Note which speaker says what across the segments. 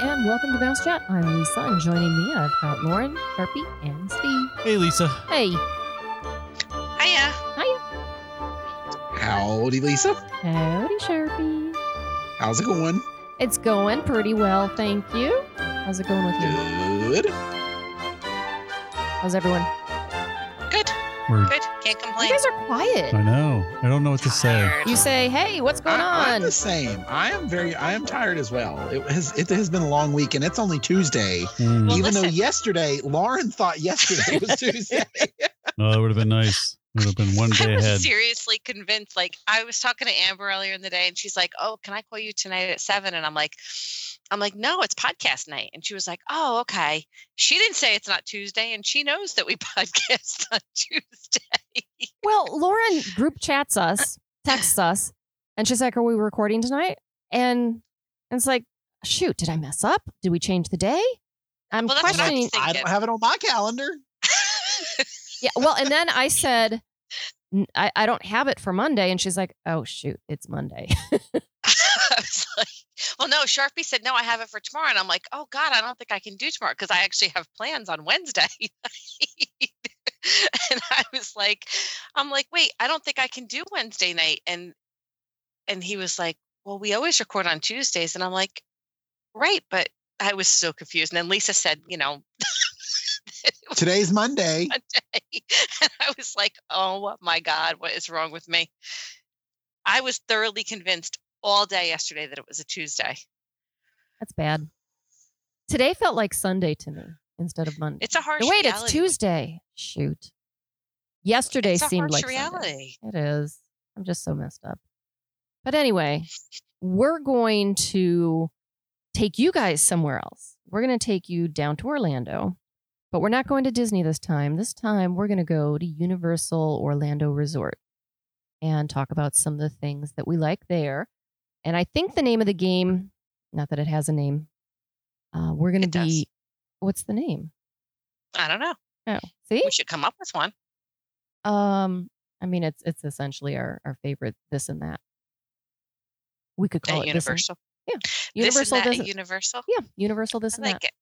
Speaker 1: and welcome to Bounce Chat. I'm Lisa, and joining me, I've got Lauren, Sharpie, and Steve.
Speaker 2: Hey, Lisa.
Speaker 1: Hey,
Speaker 3: Hiya.
Speaker 4: Howdy, Lisa.
Speaker 1: howdy, Sharpie.
Speaker 4: How's it going?
Speaker 1: It's going pretty well, thank you. How's it going with you?
Speaker 4: Good.
Speaker 1: How's everyone?
Speaker 3: Good.
Speaker 2: We're,
Speaker 3: Good. Can't
Speaker 1: You
Speaker 3: complain.
Speaker 1: guys are
Speaker 2: I
Speaker 1: quiet.
Speaker 2: know. I don't know what to say.
Speaker 3: Tired.
Speaker 1: You say, hey, what's going
Speaker 4: I,
Speaker 1: on?
Speaker 4: am the same. I am very. I am tired as well. It has. It has been a long week, and it's only Tuesday.
Speaker 2: Mm.
Speaker 3: Well,
Speaker 4: even though
Speaker 3: listen.
Speaker 4: yesterday, Lauren thought yesterday was Tuesday.
Speaker 2: No, Oh, that would have been nice. Would have been one
Speaker 3: I
Speaker 2: day
Speaker 3: was
Speaker 2: ahead.
Speaker 3: seriously convinced. Like I was talking to Amber earlier in the day, and she's like, "Oh, can I call you tonight at 7? And I'm like, "I'm like, no, it's podcast night." And she was like, "Oh, okay." She didn't say it's not Tuesday, and she knows that we podcast on Tuesday.
Speaker 1: Well, Lauren group chats us, texts us, and she's like, Are we recording tonight? And it's like, Shoot, did I mess up? Did we change the day? I'm
Speaker 3: Well, that's what I'm
Speaker 1: questioning.
Speaker 3: Thank
Speaker 4: I
Speaker 3: it.
Speaker 4: don't have it on my calendar.
Speaker 1: Yeah. Well, and then I said, "N- I, I don't have it for Monday. And she's like, Oh, shoot, it's Monday.
Speaker 3: I was like, "Well, no." Sharpie said, "No, I have it for tomorrow," and I'm like, "Oh God, I don't think I can do tomorrow because I actually have plans on Wednesday." and I was like, "I'm like, wait, I don't think I can do Wednesday night." And and he was like, "Well, we always record on Tuesdays," and I'm like, "Right," but I was so confused. And then Lisa said, "You know." that it was
Speaker 4: Today's Monday.
Speaker 3: Monday. and I was like, "Oh my God, what is wrong with me?" I was thoroughly convinced all day yesterday that it was a Tuesday.
Speaker 1: That's bad. Today felt like Sunday to me instead of Monday.
Speaker 3: It's a harsh.
Speaker 1: Wait, it's
Speaker 3: reality.
Speaker 1: Tuesday. Shoot. Yesterday
Speaker 3: It's a
Speaker 1: seemed like
Speaker 3: harsh
Speaker 1: Sunday.
Speaker 3: reality.
Speaker 1: It is. I'm just so messed up. But anyway, we're going to take you guys somewhere else. We're going to take you down to Orlando, but we're not going to Disney this time. This time, we're going to go to Universal Orlando Resort and talk about some of the things that we like there. And I think the name of the game, not that it has a name, uh, we're going to
Speaker 3: It does.
Speaker 1: be. What's the name?
Speaker 3: I don't know.
Speaker 1: Oh, see?
Speaker 3: We should come up with one.
Speaker 1: Um, I mean, it's it's essentially our our favorite this and that. We could call
Speaker 3: at
Speaker 1: Oh, it this and-
Speaker 3: Universal.
Speaker 1: Universal
Speaker 3: Uh, this and that
Speaker 1: this.
Speaker 3: at Universal.
Speaker 1: yeah, Universal this
Speaker 3: I
Speaker 1: and
Speaker 3: like
Speaker 1: that.
Speaker 3: it.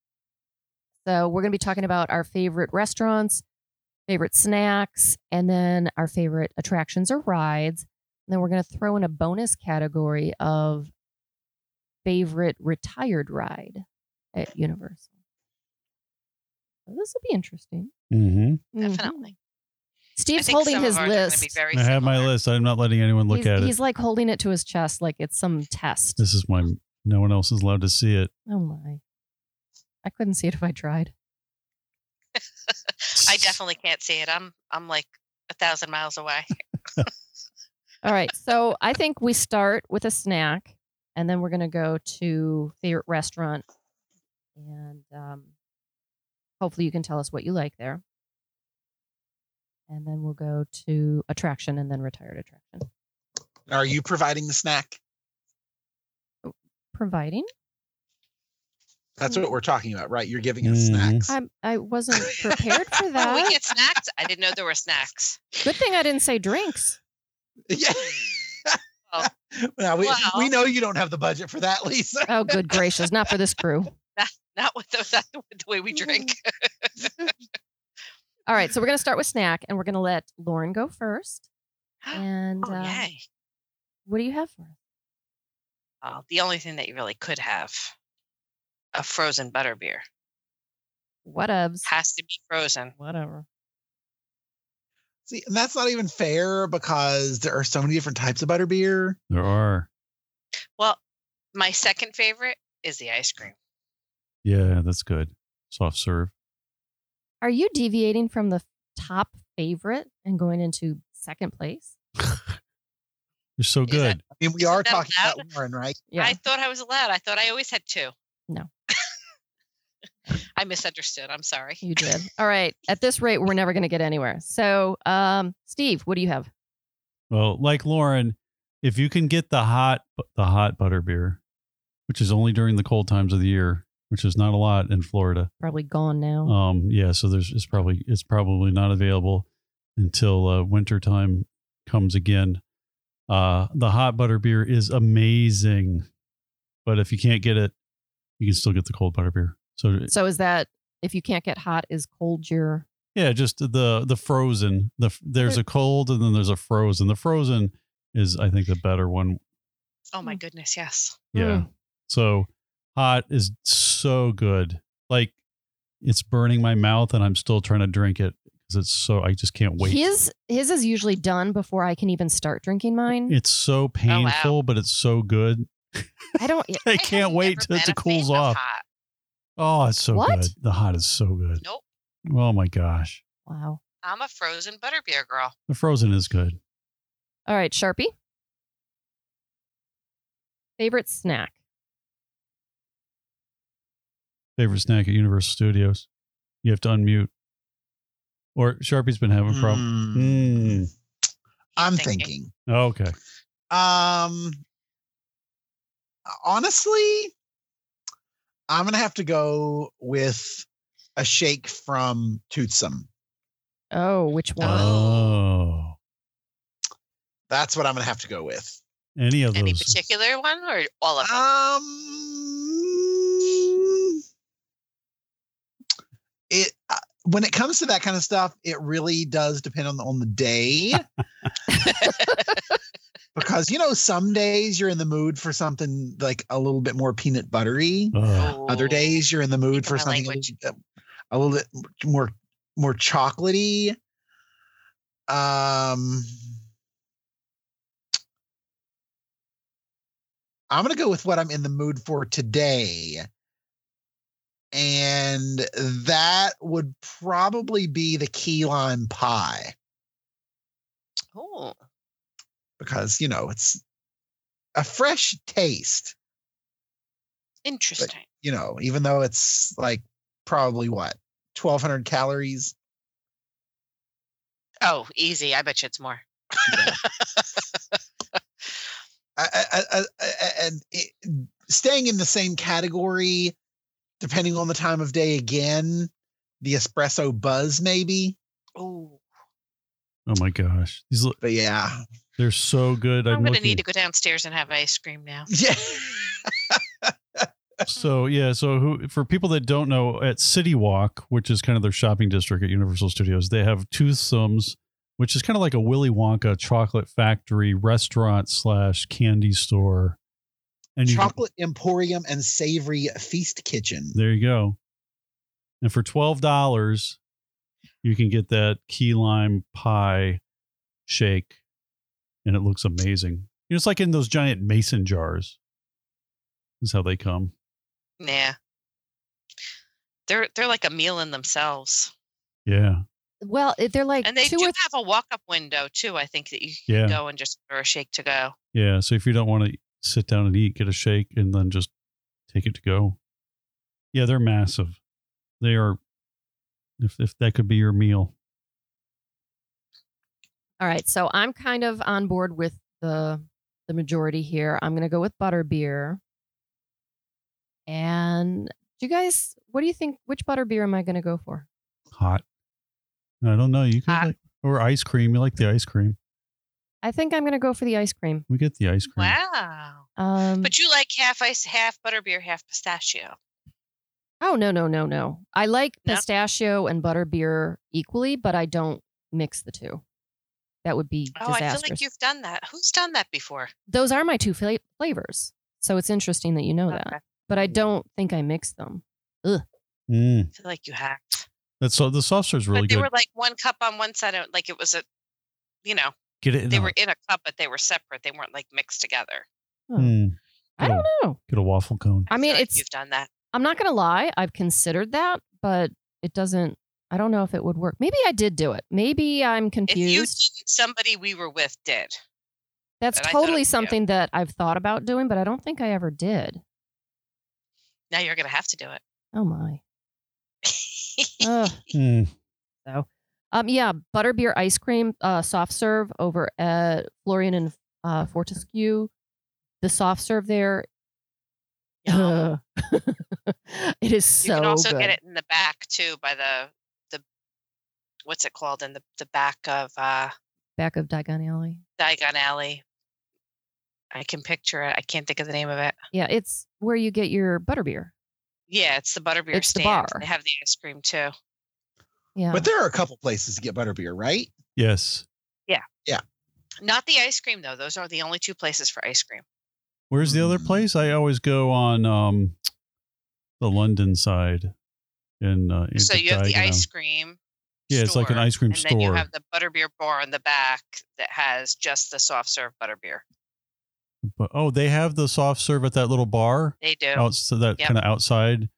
Speaker 1: So we're gonna be talking about our favorite restaurants, favorite snacks, and then our favorite attractions or rides. And then we're gonna throw in a bonus category of favorite retired ride at Universal. So this will be interesting.
Speaker 2: hmm
Speaker 1: Mhm.
Speaker 3: Definitely. I
Speaker 1: Steve's
Speaker 3: think
Speaker 1: holding
Speaker 3: some
Speaker 1: his
Speaker 3: of ours are gonna be
Speaker 1: list.
Speaker 3: very
Speaker 2: I have my
Speaker 3: similar.
Speaker 2: list. I'm not letting anyone look
Speaker 1: he's,
Speaker 2: at it.
Speaker 1: he's like holding it to his chest like it's some test.
Speaker 2: This is my. No one else is allowed to see it.
Speaker 1: Oh my. I couldn't see it if I tried.
Speaker 3: I definitely can't see it. I'm I'm like a thousand miles away.
Speaker 1: All right. So I think we start with a snack and then we're going to go to favorite restaurant. And um, hopefully you can tell us what you like there. And then we'll go to attraction and then retired attraction.
Speaker 4: Are you providing the snack?
Speaker 1: Providing?
Speaker 4: That's what we're talking about, right? You're giving us
Speaker 2: Mhm.
Speaker 4: snacks.
Speaker 1: I, I wasn't prepared for
Speaker 3: Oh, we
Speaker 1: that.
Speaker 3: get snacks. I didn't know there were snacks.
Speaker 1: Good thing I didn't say drinks.
Speaker 4: yeah.
Speaker 3: Oh.
Speaker 4: Now, we,
Speaker 3: Well.
Speaker 4: we know you don't have the budget for that, Lisa.
Speaker 1: Oh, good gracious. Not for this crew.
Speaker 3: Not with the, that, with the way we drink.
Speaker 1: All right. So we're going to start with snack and we're going to let Lauren go first. And
Speaker 3: oh
Speaker 1: uh,
Speaker 3: yay!
Speaker 1: what do you have for us?
Speaker 3: Oh, the only thing that you really could have a frozen butterbeer
Speaker 1: Whatevs.
Speaker 3: has to be frozen.
Speaker 1: Whatever.
Speaker 4: See, and that's not even fair because there are so many different types of butterbeer.
Speaker 2: There are.
Speaker 3: Well, my second favorite is the ice cream.
Speaker 2: Yeah, that's good. Soft serve.
Speaker 1: Are you deviating from the top favorite and going into second place?
Speaker 2: You're so
Speaker 3: Is that-
Speaker 2: good.
Speaker 4: I mean, we
Speaker 3: Isn't
Speaker 4: are
Speaker 3: that
Speaker 4: talking
Speaker 3: allowed?
Speaker 4: about Lauren, right?
Speaker 3: I thought I was allowed. I thought I always had two.
Speaker 1: No.
Speaker 3: I misunderstood. I'm sorry.
Speaker 1: you did. All right. At this rate, we're never going to get anywhere. So, um, Steve, what do you have?
Speaker 2: Well, like Lauren, if you can get the hot the hot butter beer, which is only during the cold times of the year, which is not a lot in Florida.
Speaker 1: Probably gone now.
Speaker 2: Um, yeah, so there's it's probably it's probably not available until uh, winter time comes again. Uh, the hot butter beer is amazing, but if you can't get it you can still get the cold butter beer. So
Speaker 1: So is that if you can't get hot, is cold your
Speaker 2: yeah, just the the frozen. The f- there's a cold and then there's a frozen. The frozen is I think the better one.
Speaker 3: Oh my goodness, yes.
Speaker 2: Yeah.
Speaker 1: Mm.
Speaker 2: So hot is so good. Like it's burning my mouth and I'm still trying to drink it because it's so I just can't wait.
Speaker 1: His his is usually done before I can even start drinking mine.
Speaker 2: It's
Speaker 3: Oh,
Speaker 2: so painful, but it's so good.
Speaker 1: I don't.
Speaker 2: I
Speaker 3: have
Speaker 2: can't wait
Speaker 3: never
Speaker 2: till it
Speaker 3: been a
Speaker 2: cools
Speaker 3: fan of
Speaker 2: off.
Speaker 3: hot.
Speaker 2: Oh, it's so
Speaker 1: What?
Speaker 2: good. The hot is so good.
Speaker 3: Nope.
Speaker 2: Oh my gosh.
Speaker 1: Wow.
Speaker 3: I'm a frozen butterbeer girl.
Speaker 2: The frozen is good.
Speaker 1: All right, Sharpie. Favorite snack?
Speaker 2: Favorite snack at Universal Studios. You have to unmute. Or Sharpie's been having problems.
Speaker 4: Mm,
Speaker 2: Mm.
Speaker 4: I'm thinking.
Speaker 2: Oh, Okay.
Speaker 4: Um, honestly, I'm gonna have to go with a shake from Toothsome.
Speaker 1: Oh, which one?
Speaker 2: Oh.
Speaker 4: That's what I'm gonna have to go with.
Speaker 2: Any of
Speaker 3: Any
Speaker 2: those.
Speaker 3: particular one or all of them?
Speaker 4: Um, it uh, when it comes to that kind of stuff, it really does depend on the, on the day. because you know, some days you're in the mood for something like a little bit more peanut buttery.
Speaker 3: Oh.
Speaker 2: Ugh.
Speaker 4: Uh, Other days you're in the mood
Speaker 3: Speak
Speaker 4: for
Speaker 3: my
Speaker 4: something a
Speaker 3: language.
Speaker 4: little, bit- a little bit more more chocolatey. Um, I'm gonna go with what I'm in the mood for today, and that would probably be the key lime pie
Speaker 3: Oh,
Speaker 4: because you know it's a fresh taste.
Speaker 3: interesting.
Speaker 4: you know, even though it's like probably what 1200 calories. uh,
Speaker 3: Oh, easy. I bet you it's more.
Speaker 4: I, I, I, I- and it, staying in the same category, depending on the time of day, again, the espresso buzz, maybe.
Speaker 3: Oh,
Speaker 2: Oh my gosh. These look
Speaker 4: But yeah,
Speaker 2: they're so good.
Speaker 3: I'm
Speaker 2: I'm,
Speaker 3: going to
Speaker 2: looking.
Speaker 3: need to go downstairs and have ice cream now.
Speaker 4: yeah,
Speaker 2: so yeah, so who for people that don't know, at City Walk, which is kind of their shopping district at Universal Studios, they have Toothsomes, which is kind of like a Willy Wonka chocolate factory restaurant slash candy store. And you,
Speaker 4: chocolate emporium and savory feast kitchen.
Speaker 2: there you go. And for twelve dollars, you can get that key lime pie shake, and it looks amazing. You know, it's like in those giant mason jars. Is how they come.
Speaker 3: Yeah. They're they're like a meal in themselves.
Speaker 2: Yeah.
Speaker 1: Well, it- they're like
Speaker 3: And they
Speaker 1: two
Speaker 3: do
Speaker 1: or
Speaker 3: have a walk up window too, I think that you can
Speaker 2: Yeah.
Speaker 3: go and just order a shake to go.
Speaker 2: Yeah. So if you don't want to sit down and eat, get a shake and then just take it to go. Yeah, they're massive. They are if if that could be your meal.
Speaker 1: All right, so I'm kind of on board with the the majority here. I'm going to go with butterbeer. And do you guys, what do you think? Which butterbeer am I going to go for?
Speaker 2: Hot. I don't know. You could
Speaker 3: Hot.
Speaker 2: like or ice cream. You like the ice cream.
Speaker 1: I think I'm going to go for the ice cream.
Speaker 2: We get the ice cream.
Speaker 3: Wow.
Speaker 1: Um,
Speaker 3: But you like half ice, half butterbeer, half pistachio.
Speaker 1: oh no, no, no, no! I like
Speaker 3: No?
Speaker 1: pistachio and butterbeer equally, but I don't mix the two. That would be
Speaker 3: Oh, I
Speaker 1: disastrous.
Speaker 3: feel like you've done that. Who's done that before?
Speaker 1: Those are my two fla- flavors, so it's interesting that you know that.
Speaker 3: Okay.
Speaker 1: But I don't think I mix them.
Speaker 2: Mm.
Speaker 3: I feel like you have.
Speaker 2: That's so the saucer is really
Speaker 3: but they
Speaker 2: good.
Speaker 3: were like one cup on one side, and like it was a, you know,
Speaker 2: get it in
Speaker 3: they
Speaker 2: a-
Speaker 3: were in a cup, but they were separate. They weren't like mixed together.
Speaker 1: Huh.
Speaker 2: Mm.
Speaker 1: Oh. I don't know.
Speaker 2: get a waffle cone.
Speaker 1: I mean,
Speaker 3: feel like
Speaker 1: it's
Speaker 3: you've done that.
Speaker 1: I'm not going to lie. I've considered that, but it doesn't, I don't know if it would work. Maybe I did do it. Maybe I'm
Speaker 3: If you did,
Speaker 1: confused.
Speaker 3: somebody we were with did.
Speaker 1: That's
Speaker 3: but I thought it
Speaker 1: totally
Speaker 3: was you.
Speaker 1: something that I've thought about doing, but I don't think I ever did.
Speaker 3: Now you're gonna have to do it.
Speaker 1: Oh my. Ugh.
Speaker 2: Mm.
Speaker 1: Um, yeah, butterbeer ice cream, uh, soft serve over at Florian and uh, Fortescue. The soft serve there,
Speaker 3: Yum.
Speaker 1: ugh. it is
Speaker 3: you
Speaker 1: so
Speaker 3: can also
Speaker 1: good.
Speaker 3: get it in the back too, by the the what's it called in the the back of uh
Speaker 1: Back of Diagon Alley.
Speaker 3: Diagon Alley. I can picture it. I can't think of the name of it.
Speaker 1: Yeah, it's where you get your butterbeer.
Speaker 3: Yeah, it's the butterbeer
Speaker 1: It's the
Speaker 3: stand.
Speaker 1: bar.
Speaker 3: They have the ice cream too.
Speaker 1: Yeah.
Speaker 4: But there are a couple places to get butterbeer, right?
Speaker 2: Yes.
Speaker 3: Not the ice cream though. Those are the only two places for ice cream.
Speaker 2: Where's the
Speaker 1: Mm.
Speaker 2: other
Speaker 4: Hmm.
Speaker 2: place? I always go on um the London side. In, uh, in
Speaker 3: so you have the
Speaker 2: Diagonal.
Speaker 3: ice cream.
Speaker 2: Yeah, it's like an
Speaker 3: store,
Speaker 2: ice cream
Speaker 3: and then you
Speaker 2: store.
Speaker 3: have the butterbeer bar in the back that has just the soft serve butterbeer.
Speaker 2: But- oh, they have the soft serve at that little bar
Speaker 3: They do.
Speaker 2: out so that
Speaker 3: Yep.
Speaker 2: kind of outside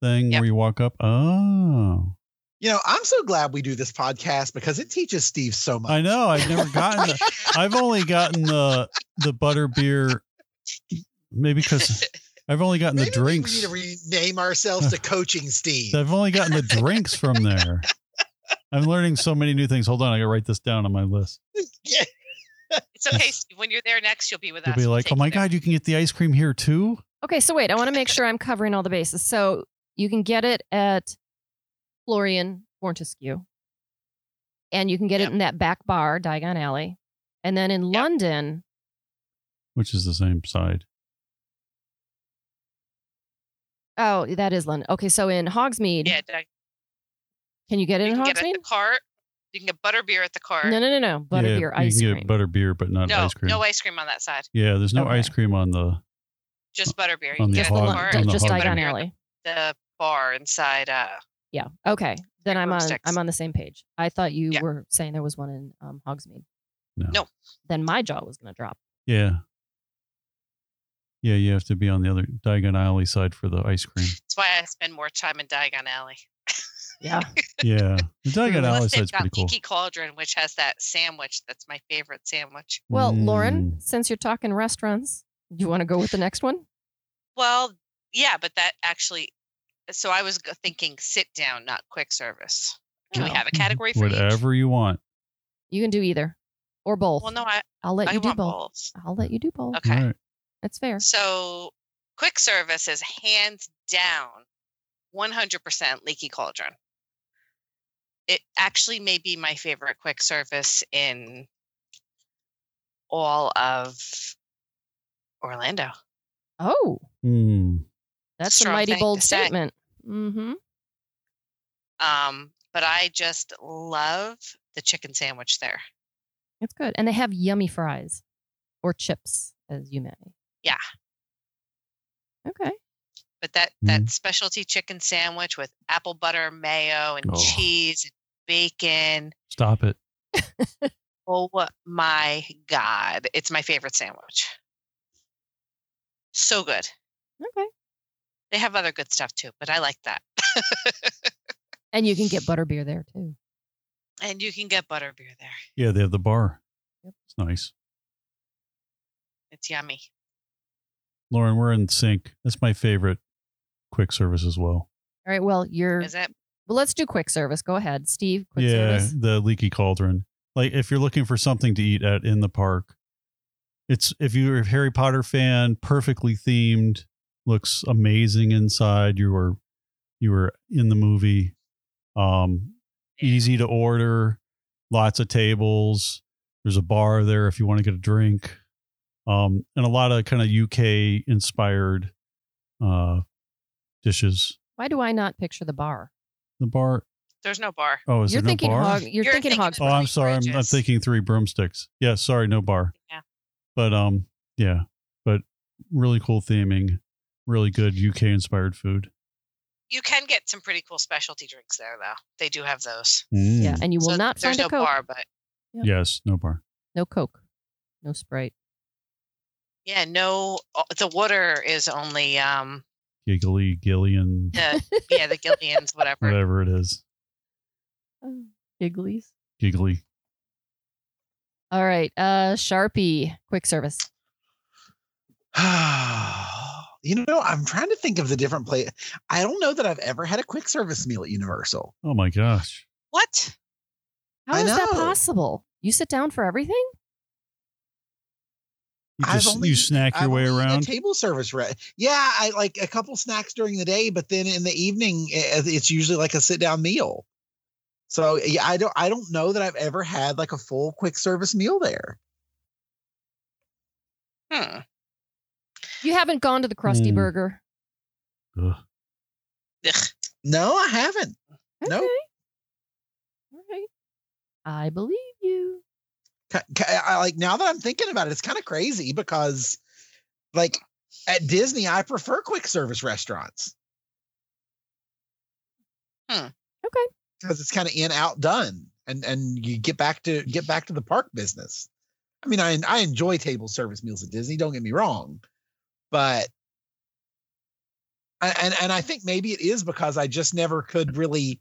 Speaker 2: thing
Speaker 3: Yep.
Speaker 2: where you walk up. Oh,
Speaker 4: You know, I'm so glad we do this podcast because it teaches Steve so much.
Speaker 2: I know. I've never gotten. The, I've only gotten the the butter beer. Maybe because I've only gotten
Speaker 4: Maybe
Speaker 2: the
Speaker 4: We
Speaker 2: drinks.
Speaker 4: need to rename ourselves to Coaching Steve.
Speaker 2: I've only gotten the drinks from there. I'm learning so many new things. Hold on, I gotta write this down on my list.
Speaker 4: Yeah.
Speaker 3: It's okay. Steve. When you're there next, you'll be with
Speaker 2: You'll
Speaker 3: us.
Speaker 2: be
Speaker 3: We'll
Speaker 2: like,
Speaker 3: take
Speaker 2: "Oh my
Speaker 3: you there."
Speaker 2: god, you can get the ice cream here too."
Speaker 1: Okay, so wait, I want to make sure I'm covering all the bases. So you can get it at Florian Fortescue, and you can get
Speaker 3: Yep.
Speaker 1: it in that back bar, Diagon Alley, and then in
Speaker 3: Yep.
Speaker 1: London,
Speaker 2: Which is the same side.
Speaker 1: oh, that is London. Okay, so in Hogsmeade,
Speaker 3: Yeah, Doug,
Speaker 1: can you get it
Speaker 3: you
Speaker 1: in
Speaker 3: can get it
Speaker 1: Hogsmeade?
Speaker 3: at the cart. You can get butterbeer at the cart.
Speaker 1: No, no, no, no,
Speaker 2: yeah,
Speaker 1: butterbeer ice
Speaker 2: You
Speaker 1: cream.
Speaker 2: can get butter beer, but not
Speaker 3: no,
Speaker 2: ice cream.
Speaker 3: no ice cream on that side.
Speaker 2: yeah, there's no
Speaker 1: Okay.
Speaker 2: ice cream on the.
Speaker 3: Just butterbeer.
Speaker 2: Oh,
Speaker 3: You
Speaker 2: On
Speaker 3: can
Speaker 2: the
Speaker 3: get it
Speaker 1: just
Speaker 3: at the
Speaker 2: hog-
Speaker 3: cart.
Speaker 2: on the
Speaker 1: just
Speaker 2: hog
Speaker 1: Diagon
Speaker 3: Butterbeer at
Speaker 1: Alley.
Speaker 3: The bar inside. Uh,
Speaker 1: Yeah. Okay. Then I'm on.
Speaker 3: broomsticks.
Speaker 1: I'm on the same page. I thought you
Speaker 3: Yeah.
Speaker 1: were saying there was one in um, Hogsmeade.
Speaker 2: No.
Speaker 3: No.
Speaker 1: Then my jaw was gonna drop.
Speaker 2: Yeah. Yeah, you have to be on the other Diagon Alley side for the ice cream.
Speaker 3: that's why I spend more time in Diagon Alley.
Speaker 1: Yeah.
Speaker 2: Yeah, the Diagon
Speaker 3: Unless
Speaker 2: Alley
Speaker 3: they've
Speaker 2: side's
Speaker 3: got
Speaker 2: pretty cool.
Speaker 3: Tiki Cauldron, which has that sandwich. That's my favorite sandwich.
Speaker 1: Well,
Speaker 2: Mm.
Speaker 1: Lauren, since you're talking restaurants, do you want to go with the next one?
Speaker 3: Well, yeah, but that actually. So I was g- thinking sit down, not quick service. Can we
Speaker 1: No.
Speaker 3: have a category for each?
Speaker 2: whatever you want.
Speaker 1: You can do either or both.
Speaker 3: Well, no, I,
Speaker 1: I'll let
Speaker 3: I
Speaker 1: you do
Speaker 3: want
Speaker 1: both.
Speaker 3: both.
Speaker 1: I'll let you do both.
Speaker 3: Okay.
Speaker 2: All right.
Speaker 1: That's fair.
Speaker 3: So quick service is hands down 100% leaky cauldron. It actually may be my favorite quick service in all of Orlando.
Speaker 1: Oh,
Speaker 2: Hmm.
Speaker 1: that's
Speaker 3: Strong
Speaker 1: a mighty
Speaker 3: thing
Speaker 1: bold
Speaker 3: to say.
Speaker 1: statement. Mm-hmm.
Speaker 3: Um, but I just love the chicken sandwich there.
Speaker 1: That's good. And they have yummy fries or chips, as you may.
Speaker 3: Yeah.
Speaker 1: Okay.
Speaker 3: But that
Speaker 2: Mhm.
Speaker 3: that specialty chicken sandwich with apple butter, mayo, and
Speaker 2: Oh.
Speaker 3: cheese and bacon.
Speaker 2: Stop it.
Speaker 3: Oh my God. It's my favorite sandwich. So good.
Speaker 1: Okay.
Speaker 3: They have other good stuff too, but I like that.
Speaker 1: And you can get butterbeer there too.
Speaker 3: and you can get butterbeer there.
Speaker 2: Yeah, they have the bar.
Speaker 1: Yep.
Speaker 2: It's nice.
Speaker 3: It's yummy.
Speaker 2: Lauren, we're in sync. That's my favorite quick service as well.
Speaker 1: All right. Well, you're.
Speaker 3: Is it?
Speaker 1: Well, let's do quick service. Go ahead, Steve. Quick
Speaker 2: yeah,
Speaker 1: service.
Speaker 2: the leaky cauldron. Like if you're looking for something to eat at in the park, it's if you're a Harry Potter fan, perfectly themed, looks amazing inside. You were you were in the movie. Um, easy to order, lots of tables. There's a bar there if you want to get a drink, um, and a lot of kind of UK inspired uh, dishes.
Speaker 1: Why do I not picture the bar?
Speaker 2: The bar.
Speaker 3: There's no bar.
Speaker 2: Oh, is
Speaker 1: You're
Speaker 2: there
Speaker 1: thinking
Speaker 2: no bar?
Speaker 1: hog. You're,
Speaker 3: You're
Speaker 1: thinking,
Speaker 3: thinking
Speaker 1: hogs.
Speaker 2: oh, I'm
Speaker 3: Three
Speaker 2: sorry. I'm, I'm
Speaker 3: bridges.
Speaker 2: thinking three broomsticks. Yeah, sorry, no bar.
Speaker 3: Yeah.
Speaker 2: But um, yeah, but really cool theming, really good UK inspired food.
Speaker 3: You can get some pretty cool specialty drinks there, though. They do have those.
Speaker 2: Oh.
Speaker 1: Yeah, and you will
Speaker 3: So
Speaker 1: not
Speaker 3: there's
Speaker 1: find a
Speaker 3: no
Speaker 1: coke.
Speaker 3: bar, but
Speaker 1: Yeah.
Speaker 2: Mm. Yes, no bar.
Speaker 1: No coke. No sprite.
Speaker 3: yeah, no. uh, The water is only um
Speaker 2: Giggly Gillian,
Speaker 3: the yeah the Gillians whatever.
Speaker 2: whatever it is.
Speaker 1: Gigglies.
Speaker 2: Giggly.
Speaker 1: All right. Uh Sharpie, quick service.
Speaker 4: you know, I'm trying to think of the different place. I don't know that I've ever had a quick service meal at Universal.
Speaker 2: Oh my gosh.
Speaker 3: What?
Speaker 1: How
Speaker 4: I
Speaker 1: is that
Speaker 4: know.
Speaker 1: possible? You sit down for everything?
Speaker 2: You
Speaker 4: I've
Speaker 2: just
Speaker 4: only-
Speaker 2: you snack your
Speaker 4: I've
Speaker 2: way
Speaker 4: only eaten at
Speaker 2: around.
Speaker 4: table service. Re- yeah, I like a couple snacks during the day, but then in the evening, i- it's usually like a sit down meal. So yeah, I don't, I don't know that I've ever had like a full quick service meal there.
Speaker 3: Hmm.
Speaker 1: You haven't gone to the Krusty
Speaker 2: Mm.
Speaker 1: Burger.
Speaker 2: Ugh.
Speaker 4: No, I haven't.
Speaker 1: Okay.
Speaker 4: Nope.
Speaker 1: All right. I believe you.
Speaker 4: Ki- ki- I, like now that I'm thinking about it, it's kind of crazy because, like, at Disney, I prefer quick service restaurants.
Speaker 3: Hmm.
Speaker 1: Okay.
Speaker 4: Because it's kind of in out done, and and you get back to get back to the park business. I mean, I I enjoy table service meals at Disney. Don't get me wrong, but. and- And and I think maybe it is because I just never could really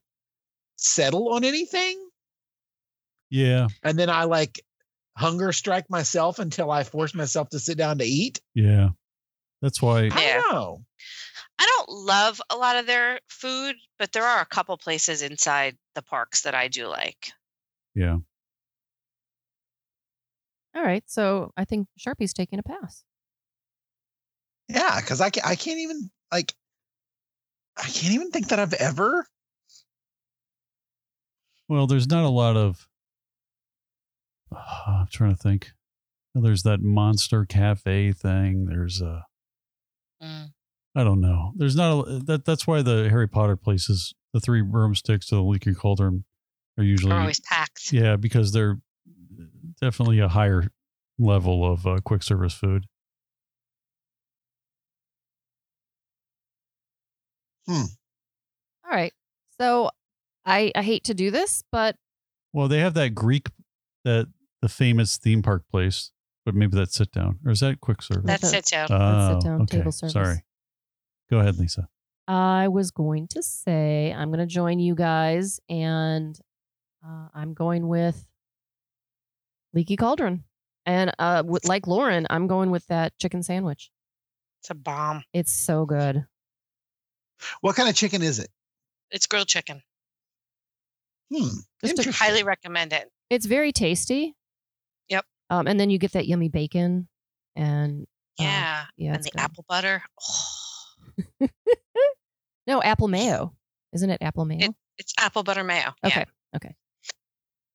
Speaker 4: settle on anything
Speaker 2: Yeah.
Speaker 4: and then I like hunger strike myself until I force myself to sit down to eat.
Speaker 2: Yeah. That's why.
Speaker 4: I
Speaker 3: Yeah.
Speaker 4: don't know.
Speaker 3: I don't love a lot of their food, but there are a couple places inside the parks that I do like.
Speaker 2: Yeah.
Speaker 1: All right. So I think Sharpie's taking a pass.
Speaker 4: Yeah, because I can't, I can't even like I can't even think that I've ever
Speaker 2: Well, there's not a lot of. I'm trying to think. Well, There's that monster cafe thing. There's a.
Speaker 1: Mm.
Speaker 2: I don't know. There's not a that. That's why the Harry Potter places, the three broomsticks to the leaky cauldron, are usually
Speaker 3: Are always packed.
Speaker 2: Oh, yeah because they're definitely a higher level of uh, quick service food.
Speaker 1: All right. So I, I hate to do this, but
Speaker 2: Well, they have that Greek that the famous theme park place, but maybe that's sit down or is that quick service?
Speaker 1: That-
Speaker 3: That's it, too.
Speaker 1: That's sit
Speaker 2: Oh,
Speaker 1: down table service.
Speaker 2: Sorry. Go ahead, Lisa.
Speaker 1: I was going to say I'm going to join you guys, and uh, I'm going with Leaky Cauldron, and uh, with, like Lauren, I'm going with that chicken sandwich.
Speaker 3: It's a bomb.
Speaker 1: It's so good.
Speaker 4: what kind of chicken is it?
Speaker 3: It's grilled chicken.
Speaker 4: Hmm.
Speaker 1: Just a,
Speaker 4: Interesting.
Speaker 3: Highly recommend it.
Speaker 1: it's very tasty.
Speaker 3: Yep.
Speaker 1: Um, and then you get that yummy bacon, and Oh,
Speaker 3: Yeah.
Speaker 1: yeah,
Speaker 3: and
Speaker 1: it's
Speaker 3: the
Speaker 1: good.
Speaker 3: apple butter. Oh,
Speaker 1: No, apple mayo. Isn't it apple mayo?
Speaker 3: it's apple butter mayo.
Speaker 1: Okay.
Speaker 3: Yeah.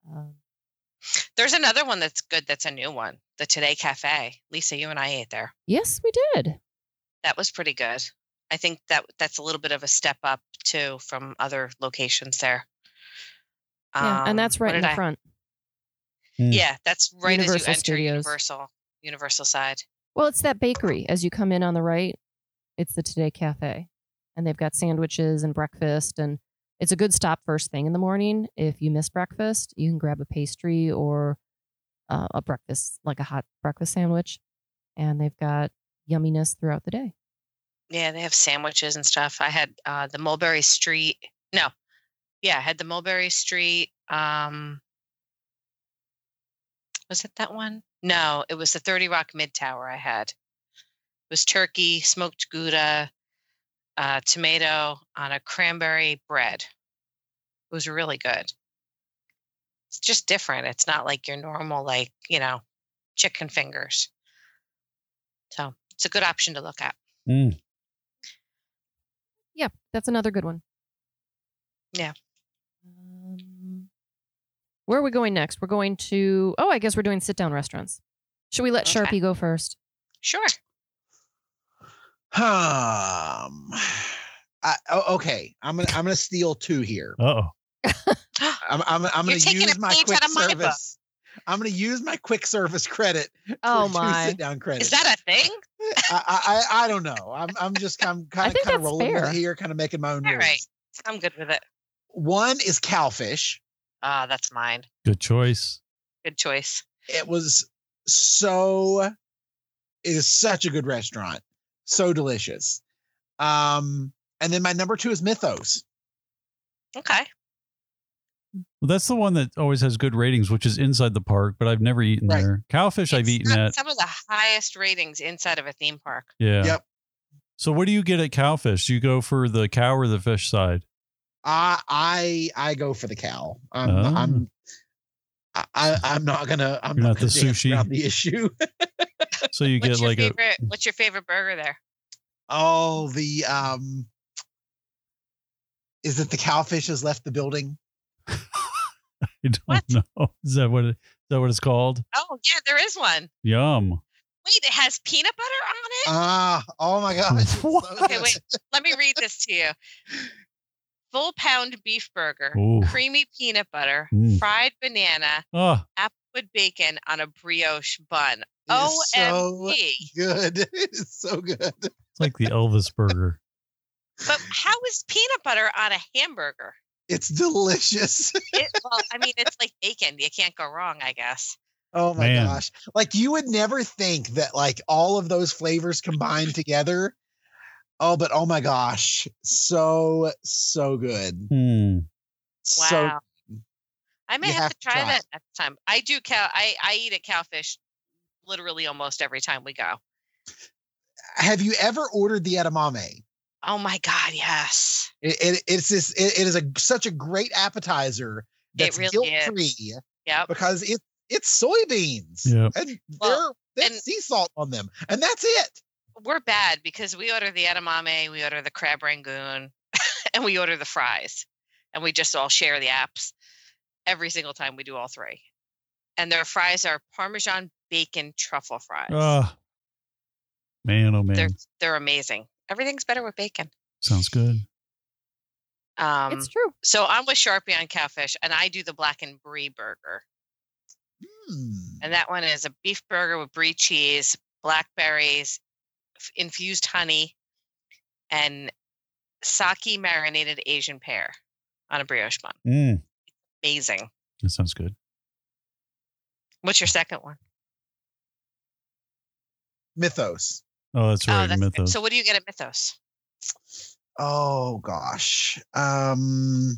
Speaker 1: Um,
Speaker 3: There's another one that's good that's a new one. The Today Cafe. Lisa, you and I ate there.
Speaker 1: yes, we did.
Speaker 3: That was pretty good. I think that that's a little bit of a step up too from other locations there.
Speaker 1: yeah,
Speaker 3: Um,
Speaker 1: and that's
Speaker 3: what
Speaker 1: right in
Speaker 3: did
Speaker 1: the
Speaker 3: I-
Speaker 1: front.
Speaker 2: Mm.
Speaker 3: Yeah, that's right as
Speaker 1: Universal
Speaker 3: you enter
Speaker 1: Studios.
Speaker 3: Universal Universal side.
Speaker 1: Well, it's that bakery as you come in on the right. It's the Today Cafe, and they've got sandwiches and breakfast, and it's a good stop first thing in the morning. If you miss breakfast, you can grab a pastry or uh, a breakfast, like a hot breakfast sandwich, and they've got yumminess throughout the day.
Speaker 3: Yeah, they have sandwiches and stuff. I had uh, the Mulberry Street. No, yeah, I had the Mulberry Street. Um, was it that one? No, it was the Thirty Rock Mid Tower. I had it was turkey, smoked gouda, uh, tomato on a cranberry bread. It was really good. It's just different. It's not like your normal, like you know, chicken fingers. So it's a good option to look at.
Speaker 2: Mm.
Speaker 1: Yeah, that's another good one.
Speaker 3: Yeah.
Speaker 1: Um, where are we going next? We're going to. Oh, I guess we're doing sit down restaurants. Should we let
Speaker 3: Okay.
Speaker 1: Sharpie go first?
Speaker 3: Sure.
Speaker 4: Um I, oh, okay, I'm gonna I'm gonna steal two here.
Speaker 2: Uh oh.
Speaker 4: I'm I'm, I'm
Speaker 3: You're
Speaker 4: gonna
Speaker 3: taking a
Speaker 4: use my
Speaker 3: page
Speaker 4: quick
Speaker 3: out of my book.
Speaker 4: service. I'm gonna use my quick service credit.
Speaker 1: Oh
Speaker 4: Sit
Speaker 1: my!
Speaker 4: down credit.
Speaker 3: Is that a thing?
Speaker 4: I, I I don't know. I'm I'm just kind kind of
Speaker 1: think
Speaker 4: kind of
Speaker 1: that's
Speaker 4: rolling with
Speaker 1: fair.
Speaker 4: it here, kind of making my own
Speaker 3: All
Speaker 4: rules.
Speaker 3: right. I'm good with it.
Speaker 4: One is cowfish.
Speaker 3: Ah, that's mine.
Speaker 2: Good choice.
Speaker 3: Good choice.
Speaker 4: It was so it is such a good restaurant. So delicious. Um and then my number 2 is Mythos.
Speaker 3: Okay.
Speaker 2: Well, that's the one that always has good ratings, which is inside the park, but I've never eaten
Speaker 4: Right.
Speaker 2: there. Cowfish I've
Speaker 3: It's
Speaker 2: eaten
Speaker 3: got
Speaker 2: at.
Speaker 3: some of the highest ratings inside of a theme park.
Speaker 2: Yeah.
Speaker 4: Yep.
Speaker 2: So what do you get at Cowfish? Do you go for the cow or the fish side?
Speaker 4: I I I go for the cow. I'm I'm I, I- I'm not gonna I'm
Speaker 2: Oh. You're
Speaker 4: not,
Speaker 2: not the
Speaker 4: gonna dance
Speaker 2: sushi.
Speaker 4: around the issue.
Speaker 2: So you get
Speaker 3: What's your
Speaker 2: like a
Speaker 3: favorite what's your favorite burger there?
Speaker 4: Oh, the um is it the cowfish has left the building?
Speaker 2: I don't
Speaker 3: What?
Speaker 2: know. Is that what it, is that what it's called?
Speaker 3: Oh yeah, there is one.
Speaker 2: Yum.
Speaker 3: Wait, it has peanut
Speaker 2: Uh,
Speaker 3: butter on it?
Speaker 4: Ah, oh my gosh. it's so
Speaker 2: What?
Speaker 3: okay,
Speaker 4: good.
Speaker 3: wait. Let me read this to you. full pound beef burger,
Speaker 2: Ooh.
Speaker 3: creamy peanut butter,
Speaker 2: Mm.
Speaker 3: fried banana,
Speaker 2: Ah,
Speaker 3: with bacon on a brioche bun.
Speaker 4: It's so
Speaker 3: OMG.
Speaker 4: good. It's so good.
Speaker 2: it's like the Elvis burger.
Speaker 3: But how is peanut butter on a hamburger?
Speaker 4: It's delicious.
Speaker 3: It, well, I mean, it's like bacon. You can't go wrong, I guess.
Speaker 4: Oh my
Speaker 2: Man.
Speaker 4: gosh. Like you would never think that like all of those flavors combined together. Oh, but oh my gosh. So, so good.
Speaker 2: Hmm.
Speaker 3: Wow.
Speaker 4: So
Speaker 3: I may
Speaker 4: you
Speaker 3: have,
Speaker 4: have
Speaker 3: to
Speaker 4: to
Speaker 3: try,
Speaker 4: try
Speaker 3: that next time. I do cow. I, I eat at cowfish literally almost every time we go.
Speaker 4: have you ever ordered the edamame?
Speaker 3: Oh my god, yes.
Speaker 4: It, it, it's this, it, it is a such a great appetizer that's
Speaker 3: really
Speaker 4: guilt
Speaker 3: is.
Speaker 4: free
Speaker 3: Yep.
Speaker 4: because it it's soybeans.
Speaker 2: Yep.
Speaker 4: And
Speaker 3: Well,
Speaker 4: they're
Speaker 3: and-
Speaker 4: there's sea salt on them. And that's it.
Speaker 3: We're bad because we order the edamame, we order the crab rangoon, and we order the fries, and we just all share the apps every single time we do all three. And their fries are Parmesan bacon truffle fries.
Speaker 2: Ah. Man, oh man.
Speaker 3: They're they're amazing. Everything's better with bacon.
Speaker 2: Sounds good.
Speaker 3: Um,
Speaker 1: it's true.
Speaker 3: so I'm with Sharpie on cowfish, and I do the blackened brie burger,
Speaker 4: Hmm.
Speaker 3: and that one is a beef burger with brie cheese, blackberries, f- infused honey, and sake marinated Asian pear on a brioche bun.
Speaker 2: Mm.
Speaker 3: Amazing.
Speaker 2: That sounds good.
Speaker 3: What's your second one?
Speaker 4: Mythos.
Speaker 2: Oh, that's right.
Speaker 3: good.
Speaker 2: Mythos.
Speaker 3: So what do you get at Mythos?
Speaker 4: Oh gosh. Um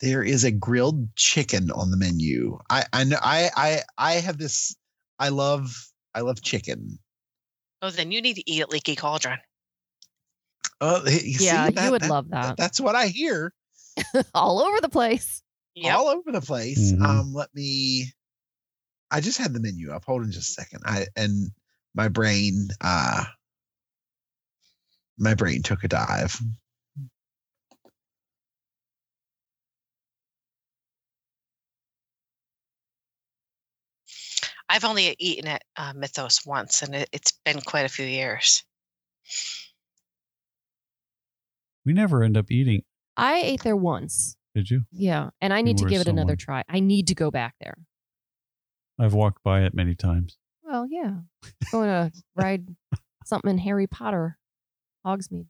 Speaker 4: there is a grilled chicken on the menu. I I know I I I have this I love I love chicken.
Speaker 3: Oh, then you need to eat at Leaky Cauldron.
Speaker 4: Oh, you see,
Speaker 1: yeah,
Speaker 4: that-
Speaker 1: you would
Speaker 4: that-
Speaker 1: love that.
Speaker 4: That's what I hear
Speaker 1: All over the place.
Speaker 3: Yep.
Speaker 4: all over the place.
Speaker 2: Mhm.
Speaker 4: Um let me I just had the menu up. Hold on just a second. I and my brain uh my brain took a dive.
Speaker 3: I've only eaten at uh, Mythos once, and it, it's been quite a few years.
Speaker 2: we never end up eating,
Speaker 1: I ate there once.
Speaker 2: did you?
Speaker 1: Yeah, and I
Speaker 2: You
Speaker 1: need to
Speaker 2: were
Speaker 1: give it another try.
Speaker 2: someone.
Speaker 1: I need to go back there.
Speaker 2: I've walked by it many times.
Speaker 1: Well, yeah, going to ride something in Harry Potter, Hogsmeade.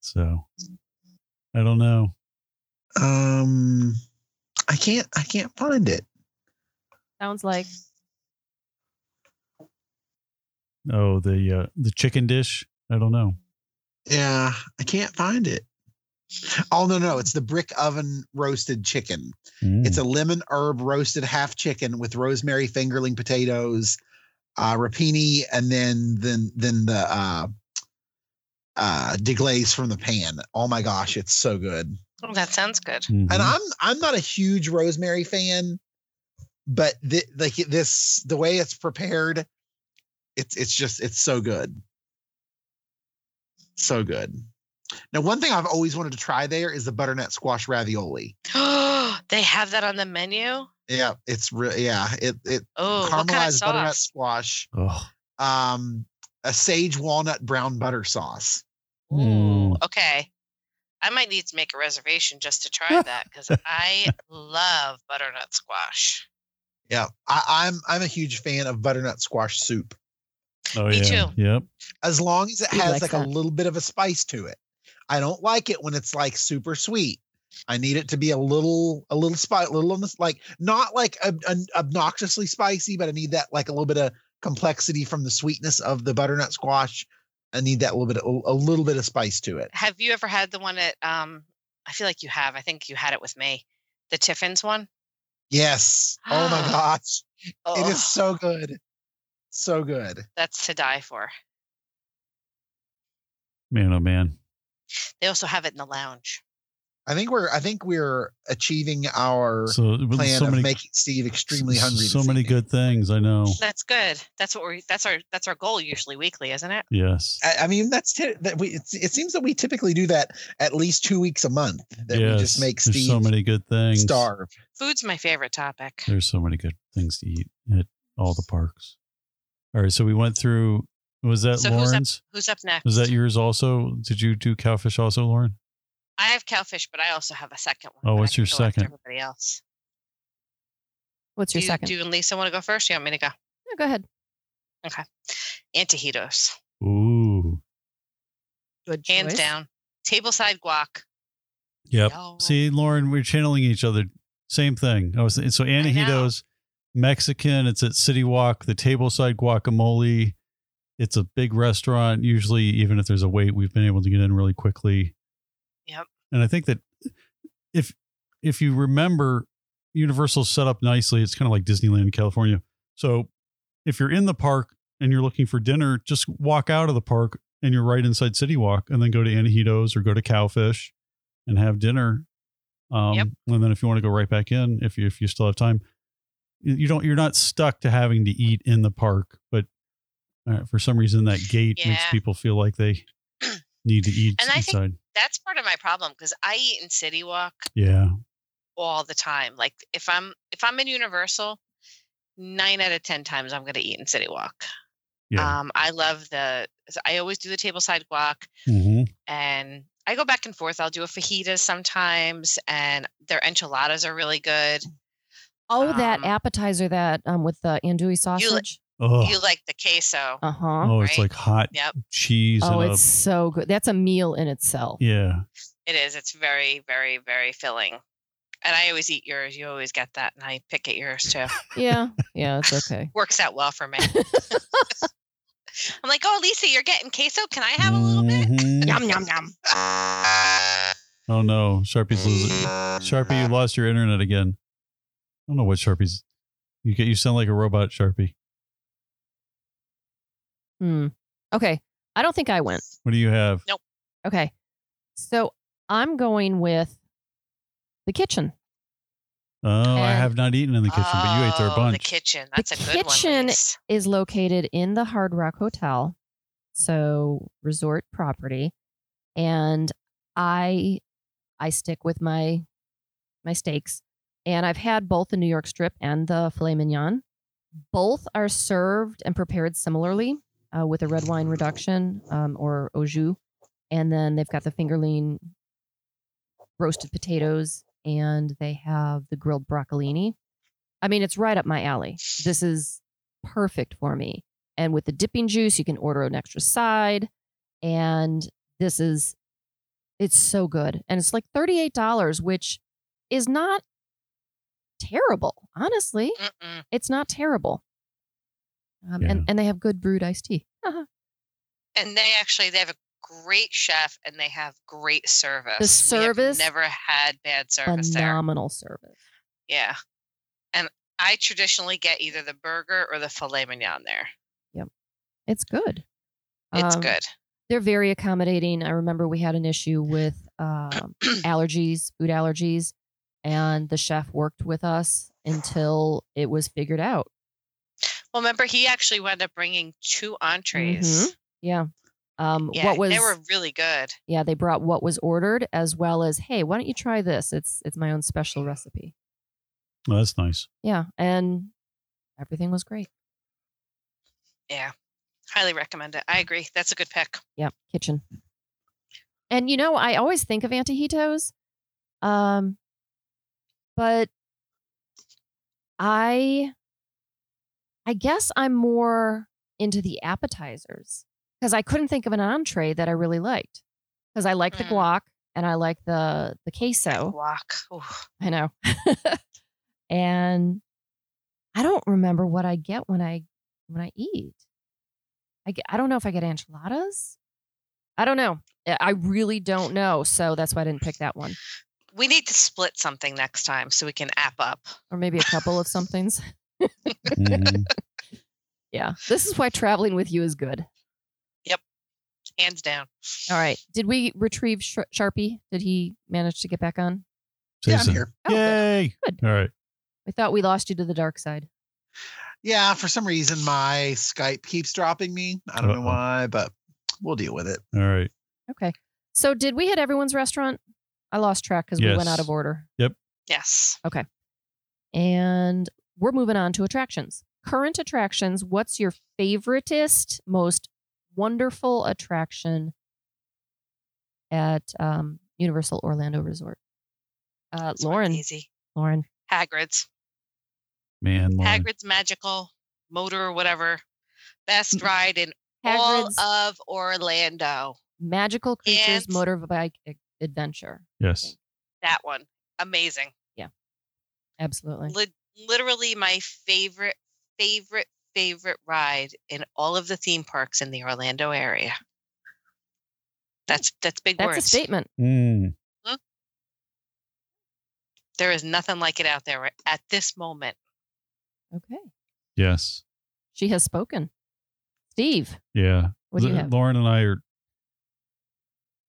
Speaker 2: So I don't know.
Speaker 4: Um I can't I can't find it.
Speaker 1: Sounds like
Speaker 2: Oh, the uh, the chicken dish. I don't know.
Speaker 4: Yeah, I can't find it. Oh no, no, it's the brick oven roasted chicken.
Speaker 2: Mm.
Speaker 4: It's a lemon herb roasted half chicken with rosemary fingerling potatoes, uh rapini, and then then then the uh uh deglaze from the pan. Oh my gosh, it's so good.
Speaker 3: Oh, that sounds good.
Speaker 2: Mhm.
Speaker 4: And I'm I'm not a huge rosemary fan, but thi- like this the way it's prepared, it's it's just it's so good. So good. Now, one thing I've always wanted to try there is the butternut squash ravioli.
Speaker 3: they have that on the menu.
Speaker 4: Yeah, it's really yeah, it it
Speaker 3: Oh, what
Speaker 4: caramelized
Speaker 3: kind of
Speaker 4: butternut
Speaker 3: sauce?
Speaker 4: squash,
Speaker 2: oh,
Speaker 4: um, a sage walnut brown butter sauce.
Speaker 3: Ooh,
Speaker 2: Mm.
Speaker 3: okay. I might need to make a reservation just to try that because I love butternut squash.
Speaker 4: Yeah, I, I'm I'm a huge fan of butternut squash soup.
Speaker 2: oh
Speaker 3: me
Speaker 2: yeah.
Speaker 3: too.
Speaker 2: Yep.
Speaker 4: as long as it
Speaker 1: He
Speaker 4: has
Speaker 1: likes
Speaker 4: like
Speaker 1: that.
Speaker 4: a little bit of a spice to it. I don't like it when it's like super sweet. I need it to be a little, a little spice, a little on this, like not like ob- ob- obnoxiously spicy, but I need that like a little bit of complexity from the sweetness of the butternut squash. I need that little bit, a a little bit of spice to it.
Speaker 3: Have you ever had the one at? Um, I feel like you have. I think you had it with me. The Tiffin's one.
Speaker 4: Yes. Oh my gosh,
Speaker 3: Oh,
Speaker 4: it is so good, so good.
Speaker 3: that's to die for.
Speaker 2: Man, oh man.
Speaker 3: They also have it in the lounge.
Speaker 4: I think we're, I think we're achieving our
Speaker 2: So
Speaker 4: plan
Speaker 2: so
Speaker 4: of
Speaker 2: many
Speaker 4: making Steve extremely
Speaker 2: s-
Speaker 4: hungry.
Speaker 2: So
Speaker 4: this
Speaker 2: many
Speaker 4: evening.
Speaker 2: good things. I know.
Speaker 3: That's good. That's what we're. That's our. That's our goal usually weekly, isn't it?
Speaker 2: Yes.
Speaker 4: I, I mean, that's ti- that we. It's, it seems that we typically do that at least two weeks a month. That we just
Speaker 2: Yes.
Speaker 4: make
Speaker 2: There's
Speaker 4: Steve
Speaker 2: so many good things.
Speaker 4: starve.
Speaker 3: Food's my favorite topic.
Speaker 2: There's so many good things to eat at all the parks. All right, so we went through Was that
Speaker 3: So who's
Speaker 2: Lauren's?
Speaker 3: Who's up next?
Speaker 2: Is that yours also? Did you do cowfish also, Lauren?
Speaker 3: I have cowfish, but I also have a second one.
Speaker 2: Oh,
Speaker 3: but I
Speaker 2: what's
Speaker 3: can
Speaker 2: your
Speaker 3: go after
Speaker 2: second?
Speaker 3: Everybody else.
Speaker 1: What's
Speaker 3: Do
Speaker 1: your
Speaker 3: you,
Speaker 1: second?
Speaker 3: do you and Lisa want to go first? Or you want me to go?
Speaker 1: No, go ahead.
Speaker 3: Antojitos,
Speaker 2: Ooh.
Speaker 1: Good
Speaker 3: hands down. Tableside guac.
Speaker 2: Yep.
Speaker 3: Yo.
Speaker 2: See, Lauren, we're channeling each other. Same thing. I was so Anahito's Mexican. It's at City Walk, the tableside guacamole. It's a big restaurant. Usually, even if there's a wait, we've been able to get in really quickly.
Speaker 3: Yep.
Speaker 2: And I think that if if you remember, Universal set up nicely. It's kind of like Disneyland in California. So if you're in the park and you're looking for dinner, just walk out of the park and you're right inside City Walk, and then go to Anahito's or go to Cowfish and have dinner. Um,
Speaker 3: Yep.
Speaker 2: And then if you want to go right back in, if you if you still have time, you you don't you're not stuck to having to eat in the park. But uh, for some reason, that gate makes
Speaker 3: Yeah.
Speaker 2: people feel like they need to eat
Speaker 3: And I think-
Speaker 2: inside.
Speaker 3: That's part of my problem because I eat in City Walk
Speaker 2: yeah,
Speaker 3: all the time. Like if I'm if I'm in Universal, nine out of ten times I'm going to eat in City Walk.
Speaker 2: yeah.
Speaker 3: Um, I love the. I always do the tableside guac,
Speaker 2: hmm
Speaker 3: and I go back and forth. I'll do a fajita sometimes, and their enchiladas are really good.
Speaker 1: Oh, that
Speaker 3: Um,
Speaker 1: appetizer that um with the andouille sausage.
Speaker 2: Oh,
Speaker 3: You like the queso?
Speaker 1: Uh huh.
Speaker 2: oh, it's
Speaker 3: right.
Speaker 2: like hot
Speaker 3: Yep,
Speaker 2: cheese.
Speaker 1: Oh,
Speaker 2: and
Speaker 1: it's so good. That's a meal in itself.
Speaker 2: a, yeah.
Speaker 3: it is. It's very, very, very filling. And I always eat yours. You always get that, and I pick at yours too.
Speaker 1: Yeah. Yeah, it's okay.
Speaker 3: Works out well for me. I'm like, oh, Lisa, you're getting queso. Can I have a little bit?
Speaker 2: Mhm.
Speaker 3: Yum yum yum.
Speaker 2: Oh no, Sharpie's losing. Sharpie, you lost your internet again. I don't know what Sharpie's. You get you sound like a robot, Sharpie.
Speaker 1: Hmm. Okay. I don't think I went.
Speaker 2: What do you have?
Speaker 1: Okay. So I'm going with the kitchen.
Speaker 2: Oh, I
Speaker 1: And-
Speaker 2: have not eaten in the kitchen, but you ate there a
Speaker 3: Oh, The
Speaker 2: bunch.
Speaker 3: kitchen. That's a good
Speaker 1: kitchen
Speaker 3: one. Lise.
Speaker 1: Is located in the Hard Rock Hotel, so resort property, and I I stick with my my steaks, and I've had both the New York strip and the filet mignon. Both are served and prepared similarly uh, with a red wine reduction um, or au jus, and then they've got the fingerling roasted potatoes, and they have the grilled broccolini. I mean, it's right up my alley. This is perfect for me. And with the dipping juice, you can order an extra side. And this is, it's so good. And it's like $38, which is not terrible. Honestly,
Speaker 3: Mm-mm.
Speaker 1: it's not terrible. Um,
Speaker 2: Yeah.
Speaker 1: and, and they have good brewed iced tea.
Speaker 3: Uh-huh. And they actually they have a great chef and they have great service. We have
Speaker 1: service-
Speaker 3: never had bad service there.
Speaker 1: Phenomenal service.
Speaker 3: Yeah. And I traditionally get either the burger or the filet mignon there.
Speaker 1: It's good.
Speaker 3: It's
Speaker 1: Um,
Speaker 3: good.
Speaker 1: They're very accommodating. I remember we had an issue with um, allergies, food allergies, and the chef worked with us until it was figured out.
Speaker 3: Well, remember he actually wound up bringing two entrees.
Speaker 1: Yeah. Um,
Speaker 3: Yeah,
Speaker 1: Mm-hmm. what was
Speaker 3: they were really good.
Speaker 1: yeah they brought what was ordered as well as hey why don't you try this it's it's my own special recipe
Speaker 2: Oh, that's nice.
Speaker 1: yeah and everything was great
Speaker 3: Yeah. Highly recommend it. I agree. That's a good pick.
Speaker 1: yeah kitchen and you know I always think of antojitos um but I I guess I'm more into the appetizers because I couldn't think of an entree that I really liked because I like the
Speaker 3: Mm.
Speaker 1: guac and I like the the queso
Speaker 3: Walk. Ooh.
Speaker 1: I know. and I don't remember what I get when I when I eat. I get, I don't know if I get enchiladas. I don't know. I- I really don't know. So that's why I didn't pick that one.
Speaker 3: We need to split something next time so we can app up.
Speaker 1: Or maybe a couple of somethings.
Speaker 2: Mhm.
Speaker 1: Yeah. This is why traveling with you is good.
Speaker 3: Hands down.
Speaker 1: All right. Did we retrieve Sh- Sharpie? Did he manage to get back on?
Speaker 4: Yeah, I'm
Speaker 2: Jason.
Speaker 4: here.
Speaker 1: Oh, good.
Speaker 2: Yay!
Speaker 1: Good.
Speaker 2: All right.
Speaker 1: I thought we lost you to the dark side.
Speaker 4: Yeah, for some reason my Skype keeps dropping me. I don't know
Speaker 2: Uh-oh.
Speaker 4: why, but we'll deal with it.
Speaker 2: All right.
Speaker 1: Okay. So did we hit everyone's restaurant? I lost track because we went out
Speaker 2: Yes.
Speaker 1: of order.
Speaker 3: Yes.
Speaker 1: And we're moving on to attractions. Current attractions, what's your favoriteest, most wonderful attraction at um, Universal Orlando Resort. Uh,
Speaker 3: That's
Speaker 1: Lauren,
Speaker 3: Easy.
Speaker 1: Lauren,
Speaker 3: Hagrid's.
Speaker 2: Man, Lauren.
Speaker 3: Hagrid's magical motor or whatever. Best
Speaker 1: Mm.
Speaker 3: ride in
Speaker 1: Hagrid's
Speaker 3: all of Orlando.
Speaker 1: Magical Creatures
Speaker 3: uh, And-
Speaker 1: Motorbike Ad- Adventure.
Speaker 2: Yes.
Speaker 3: That one. Amazing.
Speaker 1: Absolutely.
Speaker 3: Lit literally my favorite, favorite, favorite ride in all of the theme parks in the Orlando area. That's that's big
Speaker 1: That's a
Speaker 3: words.
Speaker 1: statement.
Speaker 2: Mm.
Speaker 3: There is nothing like it out there right- at this moment.
Speaker 1: Okay.
Speaker 2: Yes.
Speaker 1: She has spoken. Steve,
Speaker 2: Yeah.
Speaker 1: what do you
Speaker 2: The-
Speaker 1: have?
Speaker 2: Lauren and I are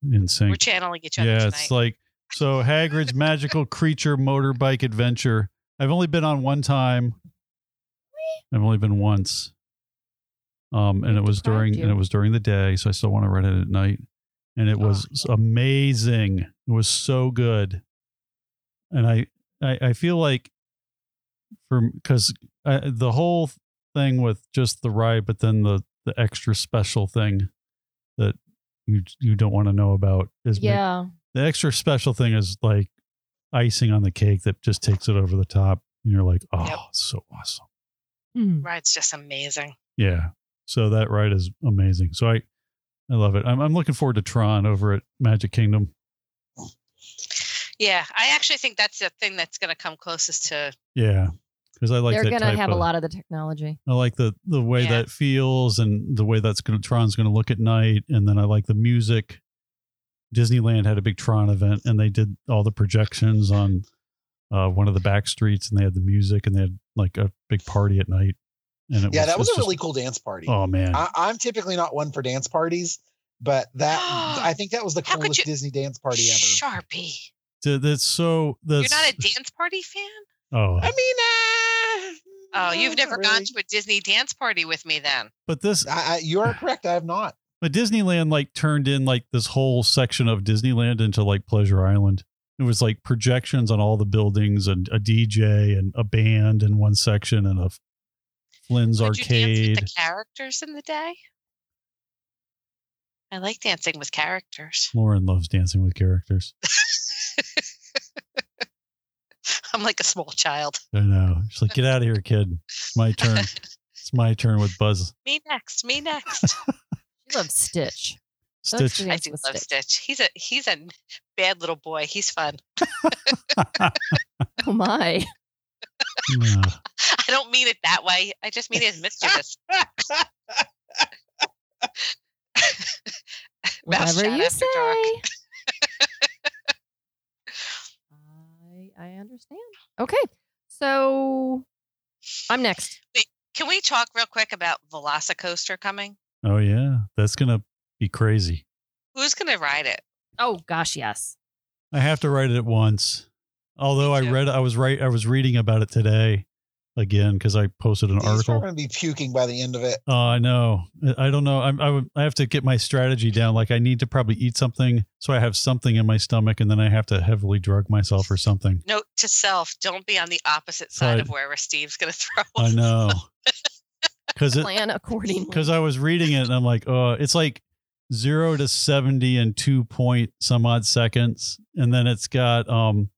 Speaker 2: in sync.
Speaker 3: We're channeling each other
Speaker 2: yeah,
Speaker 3: tonight.
Speaker 2: it's like so Hagrid's magical creature motorbike adventure. I've only been on one time. I've only been once. Um, and
Speaker 1: We've
Speaker 2: it was
Speaker 1: deprived
Speaker 2: during
Speaker 1: you.
Speaker 2: and it was during the day, so I still want to run it at night. And it
Speaker 3: Oh,
Speaker 2: was s- amazing. It was so good. And I I, I feel like for because the whole thing with just the ride, but then the the extra special thing that you you don't want to know about is ma-
Speaker 1: yeah.
Speaker 2: the extra special thing is like icing on the cake that just takes it over the top and you're like oh
Speaker 3: Yep.
Speaker 2: it's so awesome
Speaker 1: Mm.
Speaker 3: ride's just amazing.
Speaker 2: yeah so that ride is amazing so i i love it i'm, I'm looking forward to tron over at magic kingdom
Speaker 3: Yeah, I actually think that's the thing that's going to come closest to
Speaker 2: yeah because i like
Speaker 1: They're
Speaker 2: that
Speaker 1: going to
Speaker 2: type
Speaker 1: have
Speaker 2: of,
Speaker 1: a lot of the technology.
Speaker 2: i like the the way
Speaker 3: Yeah.
Speaker 2: that feels and the way that's gonna tron's gonna look at night and then i like the music disneyland had a big tron event and they did all the projections on uh, one of the back streets and they had the music and they had like a big party at night and it
Speaker 4: Yeah, that was
Speaker 2: it's
Speaker 4: a
Speaker 2: just-
Speaker 4: really cool dance party.
Speaker 2: Oh man,
Speaker 4: I, I'm typically not one for dance parties, but that I think that was the
Speaker 3: How could
Speaker 4: coolest
Speaker 3: you-
Speaker 4: Disney dance party ever.
Speaker 3: Sharpie.
Speaker 2: Dude, that's so. That's
Speaker 3: You're not a dance party fan?
Speaker 2: oh,
Speaker 4: I mean, uh,
Speaker 3: Oh, you've
Speaker 4: no,
Speaker 3: never
Speaker 4: not
Speaker 3: gone
Speaker 4: really.
Speaker 3: to a Disney dance party with me then.
Speaker 2: but this,
Speaker 4: I, I, you are correct. I have not.
Speaker 2: but Disneyland like turned in like this whole section of Disneyland into like Pleasure Island. It was like projections on all the buildings and a DJ and a band in one section and a Flynn's
Speaker 3: Could you
Speaker 2: arcade.
Speaker 3: dance with the characters in the day? I like dancing with characters.
Speaker 2: Lauren loves dancing with characters.
Speaker 3: I'm like a small child.
Speaker 2: I know. She's like, get out of here, kid. It's my turn. it's my turn with Buzz
Speaker 3: Me next. Me next.
Speaker 1: She loves Stitch. She loves to
Speaker 2: Stitch.
Speaker 3: I
Speaker 1: dance
Speaker 3: do
Speaker 1: with
Speaker 3: love Stitch. He's a he's a bad little boy. He's fun.
Speaker 1: Oh, my.
Speaker 2: Ugh.
Speaker 3: I don't mean it that way. I just mean he's mischievous. Mouse
Speaker 1: Whatever
Speaker 3: chat
Speaker 1: you
Speaker 3: after
Speaker 1: say.
Speaker 3: dark.
Speaker 1: I, I understand. Okay. So I'm next.
Speaker 3: Can we talk real quick about Velocicoaster coming?
Speaker 2: oh yeah, that's gonna be crazy.
Speaker 3: Who's gonna ride it?
Speaker 1: Oh, gosh, yes.
Speaker 2: I have to write it at once. Although
Speaker 3: Me
Speaker 2: I
Speaker 3: too.
Speaker 2: read, I was right. I was reading about it today again because I posted an
Speaker 4: He's
Speaker 2: article.
Speaker 4: going to be puking by the end of it.
Speaker 2: Oh, I know. I I don't know. I'm, I would. I have to get my strategy down. Like I need to probably eat something so I have something in my stomach, and then I have to heavily drug myself or something.
Speaker 3: Note to self, don't be on the opposite side
Speaker 2: Side.
Speaker 3: of wherever Steve's gonna throw.
Speaker 2: I know. Because it.
Speaker 1: Plan accordingly.
Speaker 2: Because I was reading it and I'm like, oh, it's like zero to seventy in two point some odd seconds, and then it's got um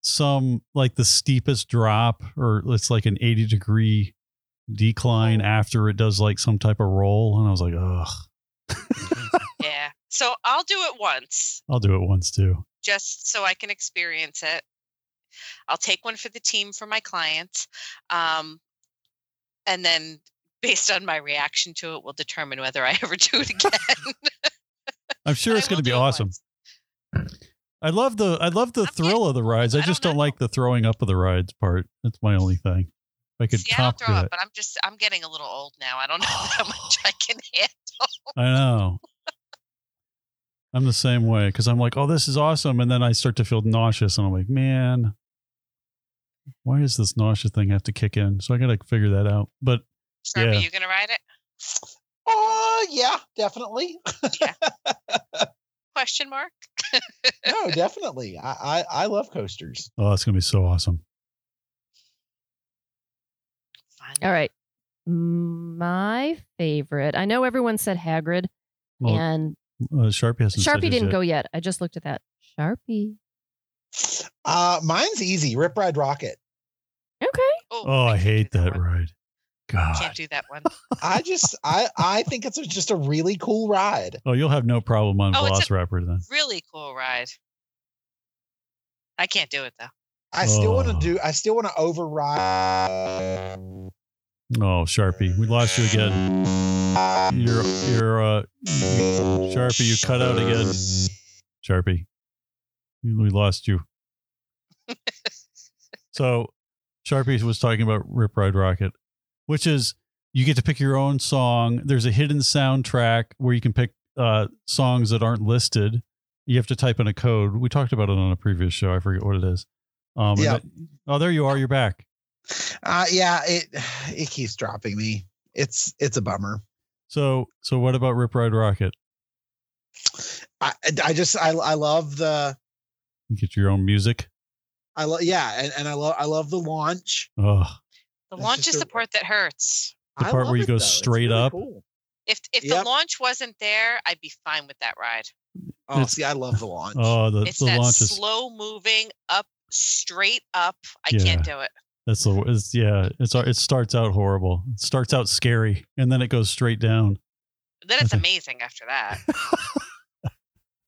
Speaker 2: some like the steepest drop, or it's like an eighty degree decline after it does like some type of roll, and I was like, ugh,
Speaker 3: Yeah. So I'll do it once
Speaker 2: I'll do it once too.
Speaker 3: just so I can experience it. I'll take one for the team for my clients. Um, and then based on my reaction to it, we'll determine whether I ever do it again.
Speaker 2: I'm sure
Speaker 3: I
Speaker 2: it's going
Speaker 3: will
Speaker 2: to be
Speaker 3: do it
Speaker 2: awesome.
Speaker 3: once.
Speaker 2: I love the I love the
Speaker 3: I'm getting-
Speaker 2: thrill of the rides. I,
Speaker 3: I don't
Speaker 2: just don't,
Speaker 3: know.
Speaker 2: like the throwing up of the rides part. That's my only thing. If I could
Speaker 3: See, I
Speaker 2: top
Speaker 3: don't throw
Speaker 2: that.
Speaker 3: up, but I'm just I'm getting a little old now. I don't know how much I can handle.
Speaker 2: I know. I'm the same way because I'm like, oh, this is awesome. And then I start to feel nauseous and I'm like, man, why does this nausea thing have to kick in? So I got to figure that out. But
Speaker 3: Sharpie,
Speaker 2: Yeah.
Speaker 3: you gonna ride it?
Speaker 4: Oh yeah, definitely.
Speaker 3: Question mark.
Speaker 4: No, definitely. I, I I love coasters.
Speaker 2: oh, it's going to be so awesome.
Speaker 3: Fun.
Speaker 1: All right. my favorite. I know everyone said Hagrid,
Speaker 2: Well,
Speaker 1: and
Speaker 2: uh, Sharpie hasn't. said
Speaker 1: Sharpie
Speaker 2: his
Speaker 1: didn't
Speaker 2: yet.
Speaker 1: go yet. I just looked at that. Sharpie.
Speaker 4: Uh, mine's easy. Rip Ride Rocket.
Speaker 1: Okay.
Speaker 2: Oh, I
Speaker 3: can't do
Speaker 2: hate that
Speaker 3: one.
Speaker 2: ride.
Speaker 3: Can't
Speaker 2: God.
Speaker 3: do that one.
Speaker 4: I just I I think it's just a really cool ride.
Speaker 2: Oh, you'll have no problem on
Speaker 3: Oh, it's a-
Speaker 2: Velociraptor then.
Speaker 3: Really cool ride. I can't do it though.
Speaker 4: I still want
Speaker 2: Oh.
Speaker 4: to do. I still want to override.
Speaker 2: Oh, Sharpie, we lost you again. You're you're uh, Sharpie, you cut out again. Sharpie, we lost you. so, Sharpie was talking about Rip Ride Rocket, which is you get to pick your own song. There's a hidden soundtrack where you can pick uh, songs that aren't listed. You have to type in a code. We talked about it on a previous show. I forget what it is. Um, and
Speaker 4: Yeah.
Speaker 2: it- oh, there you are. You're back.
Speaker 4: Uh, yeah, it it keeps dropping me. It's it's a bummer.
Speaker 2: So, so what about Rip Ride Rocket?
Speaker 4: I I just I I love the
Speaker 2: You get your own music.
Speaker 4: I love yeah, and, and I love I love the launch.
Speaker 2: Oh,
Speaker 3: The
Speaker 4: That's
Speaker 3: launch
Speaker 4: just
Speaker 3: is
Speaker 4: a-
Speaker 3: the part that hurts.
Speaker 2: The
Speaker 4: I
Speaker 2: part where
Speaker 4: love
Speaker 2: you
Speaker 4: it,
Speaker 2: go
Speaker 4: though. It's
Speaker 2: straight up.
Speaker 4: cool.
Speaker 3: If if
Speaker 4: Yep.
Speaker 3: the launch wasn't there, I'd be fine with that ride.
Speaker 4: Oh,
Speaker 2: It's-
Speaker 4: see, I love the launch.
Speaker 2: oh, the,
Speaker 3: It's
Speaker 2: the
Speaker 3: that
Speaker 2: launch is
Speaker 3: slow moving up, straight up. I can't do it.
Speaker 2: that's the it's, yeah. It's it starts out horrible. It starts out scary, and then it goes straight down.
Speaker 3: Then it's amazing after that.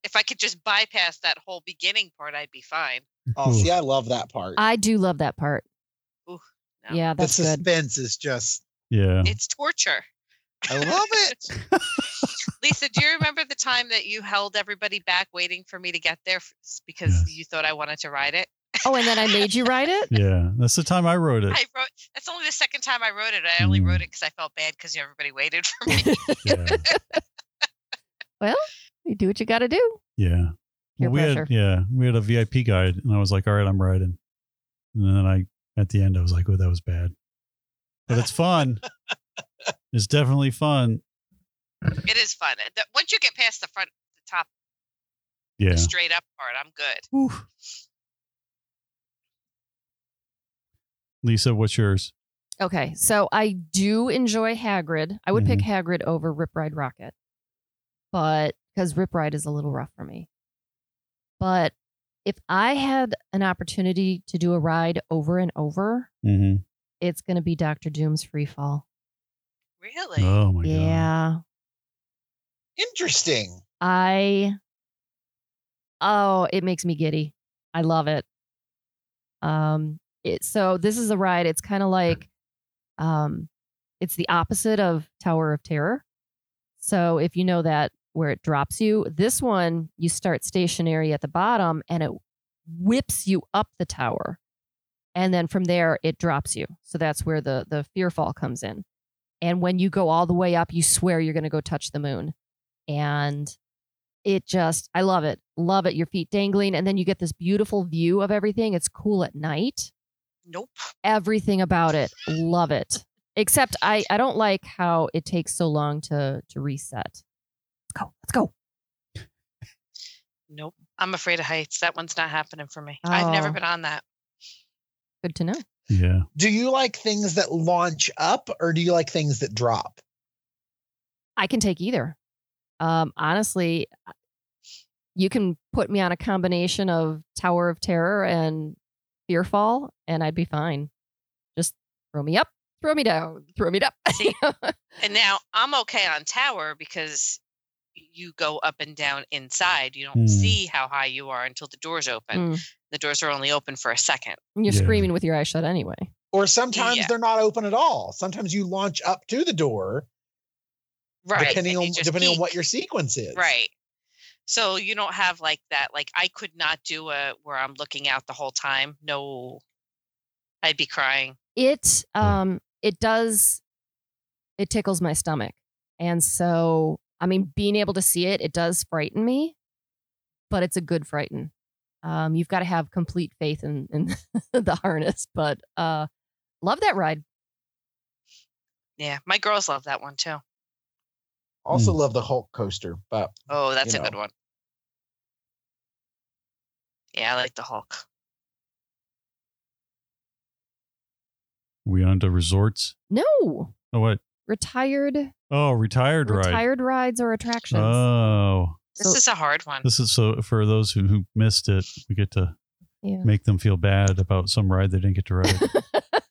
Speaker 3: if I could just bypass that whole beginning part, I'd be fine.
Speaker 4: Oh, see,
Speaker 2: Ooh.
Speaker 4: I love that part.
Speaker 3: Ah,
Speaker 1: I do love that part.
Speaker 3: Ooh, no.
Speaker 1: Yeah,
Speaker 4: the
Speaker 1: that's good.
Speaker 4: suspense is just
Speaker 2: yeah.
Speaker 3: It's torture.
Speaker 4: I love it.
Speaker 3: Lisa, do you remember the time that you held everybody back waiting for me to get there f- s- because
Speaker 2: Yes.
Speaker 3: you thought I wanted to ride it?
Speaker 1: Oh, and then I made you write it?
Speaker 2: Yeah, that's the time I wrote it.
Speaker 3: I wrote. That's only the second time I wrote it. I only wrote
Speaker 2: Mm.
Speaker 3: it because I felt bad because everybody waited for me.
Speaker 2: Yeah,
Speaker 1: You do what you got to do.
Speaker 2: yeah.
Speaker 1: Peer
Speaker 2: we
Speaker 1: pressure.
Speaker 2: had yeah, we had a VIP guide, and I was like, all right, I'm riding. And then I at the end, I was like, oh, that was bad, but it's fun. it's definitely fun.
Speaker 3: it is fun. Uh, that- Once you get past the front, the top,
Speaker 2: Yeah.
Speaker 3: the straight up part, I'm good.
Speaker 2: Whew. Lisa, what's yours?
Speaker 1: Okay, so I do enjoy Hagrid. I would pick
Speaker 2: Mm-hmm.
Speaker 1: Hagrid over Rip Ride Rocket, but because Rip Ride is a little rough for me. But if I had an opportunity to do a ride over and over,
Speaker 2: Mm-hmm.
Speaker 1: it's going to be Doctor Doom's Free Fall.
Speaker 3: Really?
Speaker 2: Oh my god.
Speaker 1: yeah,
Speaker 4: Interesting.
Speaker 1: I. Oh, it makes me giddy. I love it. Um, it, so this is a ride. It's kind of like, um, it's the opposite of Tower of Terror. So if you know that where it drops you, this one you start stationary at the bottom and it whips you up the tower, and then from there it drops you. So that's where the the fear fall comes in. And when you go all the way up, you swear you're going to go touch the moon, and it just I love it. Love it. Your feet dangling, and then you get this beautiful view of everything. It's cool at night
Speaker 3: Nope.
Speaker 1: everything about it. Love it. Except I, I don't like how it takes so long to to reset. Let's go. Let's go.
Speaker 3: Nope. I'm afraid of heights. That one's not happening for me. I've never
Speaker 1: Oh.
Speaker 3: been on that.
Speaker 1: Good to know.
Speaker 2: Yeah.
Speaker 4: Do you like things that launch up or do you like things that drop?
Speaker 1: I can take either. Um, honestly, you can put me on a combination of Tower of Terror and Fearfall, and I'd be fine. Just throw me up, throw me down, throw me up.
Speaker 3: See? And now I'm okay on tower because you go up and down inside. You
Speaker 4: Hmm.
Speaker 3: don't
Speaker 2: Mm.
Speaker 3: see how high you are until the doors open.
Speaker 1: Mm.
Speaker 3: The doors are only open for a second.
Speaker 1: You're
Speaker 2: Yeah.
Speaker 1: screaming with your eyes shut anyway.
Speaker 4: Or sometimes
Speaker 3: Yeah.
Speaker 4: they're not open at all. Sometimes you launch up to the door
Speaker 3: Right.
Speaker 4: depending
Speaker 3: and
Speaker 4: on
Speaker 3: you just
Speaker 4: depending on
Speaker 3: peek.
Speaker 4: what your sequence is.
Speaker 3: Right. So you don't have like that. Like I could not do a where I'm looking out the whole time. No, I'd be crying.
Speaker 1: it
Speaker 2: Yeah.
Speaker 1: um it does it tickles my stomach and so i mean being able to see it it does frighten me but it's a good frighten um you've got to have complete faith in in the harness but uh love that ride
Speaker 3: Yeah, my girls love that one too.
Speaker 4: Also love the Hulk coaster, but
Speaker 3: Oh, that's
Speaker 4: You
Speaker 3: a good one. Yeah, I like the Hulk.
Speaker 2: We on to resorts.
Speaker 1: no
Speaker 2: Oh, what?
Speaker 1: Retired
Speaker 2: Oh, retired, ride. Uh.
Speaker 1: retired rides or attractions.
Speaker 2: Oh,
Speaker 3: This
Speaker 1: So-
Speaker 3: is a hard one.
Speaker 2: this is so for those who, who missed it, we get to
Speaker 1: yeah.
Speaker 2: make them feel bad about some ride they didn't get to ride.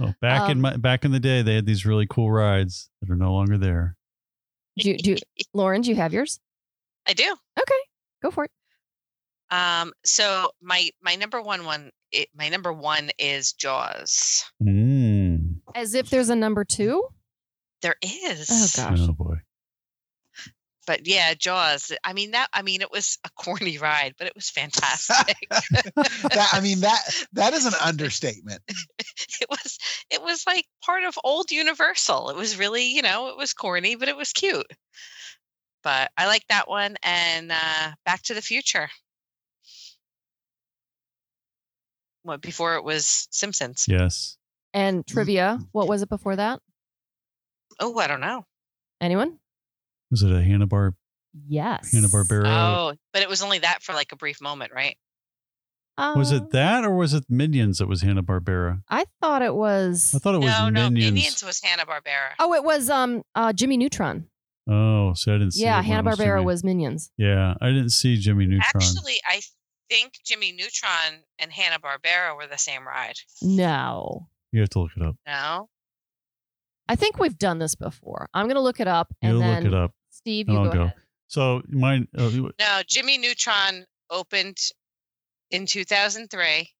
Speaker 2: oh, back in
Speaker 1: Um,
Speaker 2: my back in the day, they had these really cool rides that are no longer there.
Speaker 1: do, do, Lauren, do you have yours?
Speaker 3: I do.
Speaker 1: Okay, go for it.
Speaker 3: Um, so my my number one one it, my number one is Jaws.
Speaker 2: Mm.
Speaker 1: As if there's a number two.
Speaker 3: There is.
Speaker 1: Oh gosh.
Speaker 2: Oh boy.
Speaker 3: But yeah, Jaws. I mean that I mean it was a corny ride, but it was fantastic.
Speaker 4: that, I mean that that is an understatement.
Speaker 3: it was it was like part of old Universal. It was really, you know, it was corny, but it was cute. But I like that one and uh Back to the Future. What before it was Simpsons.
Speaker 2: Yes.
Speaker 1: And trivia. What was it before that?
Speaker 3: Oh, I don't know.
Speaker 1: Anyone?
Speaker 2: Was it a Hanna Bar
Speaker 1: Yes.
Speaker 2: Hanna Barbera?
Speaker 3: Oh, but it was only that for like a brief moment, right?
Speaker 2: Was
Speaker 1: Uh,
Speaker 2: it that or was it Minions that was Hanna Barbera?
Speaker 1: I thought it was.
Speaker 2: I thought it was
Speaker 3: no, no,
Speaker 2: Minions.
Speaker 3: Minions was Hanna Barbera.
Speaker 1: oh, it was um uh, Jimmy Neutron.
Speaker 2: Oh, so I didn't see
Speaker 1: yeah,
Speaker 2: it when it
Speaker 1: Hanna Barbera
Speaker 2: Jimmy-
Speaker 1: was Minions.
Speaker 2: Yeah, I didn't see Jimmy Neutron.
Speaker 3: Actually, I think Jimmy Neutron and Hanna Barbera were the same ride.
Speaker 1: No,
Speaker 2: you have to look it up.
Speaker 3: No,
Speaker 1: I think we've done this before. I'm gonna look it up and
Speaker 2: You'll
Speaker 1: then
Speaker 2: look it up.
Speaker 1: Steve, you
Speaker 2: and
Speaker 1: go,
Speaker 2: I'll go.
Speaker 1: ahead.
Speaker 2: So mine. Uh, you-
Speaker 3: no. Jimmy Neutron opened in 2003.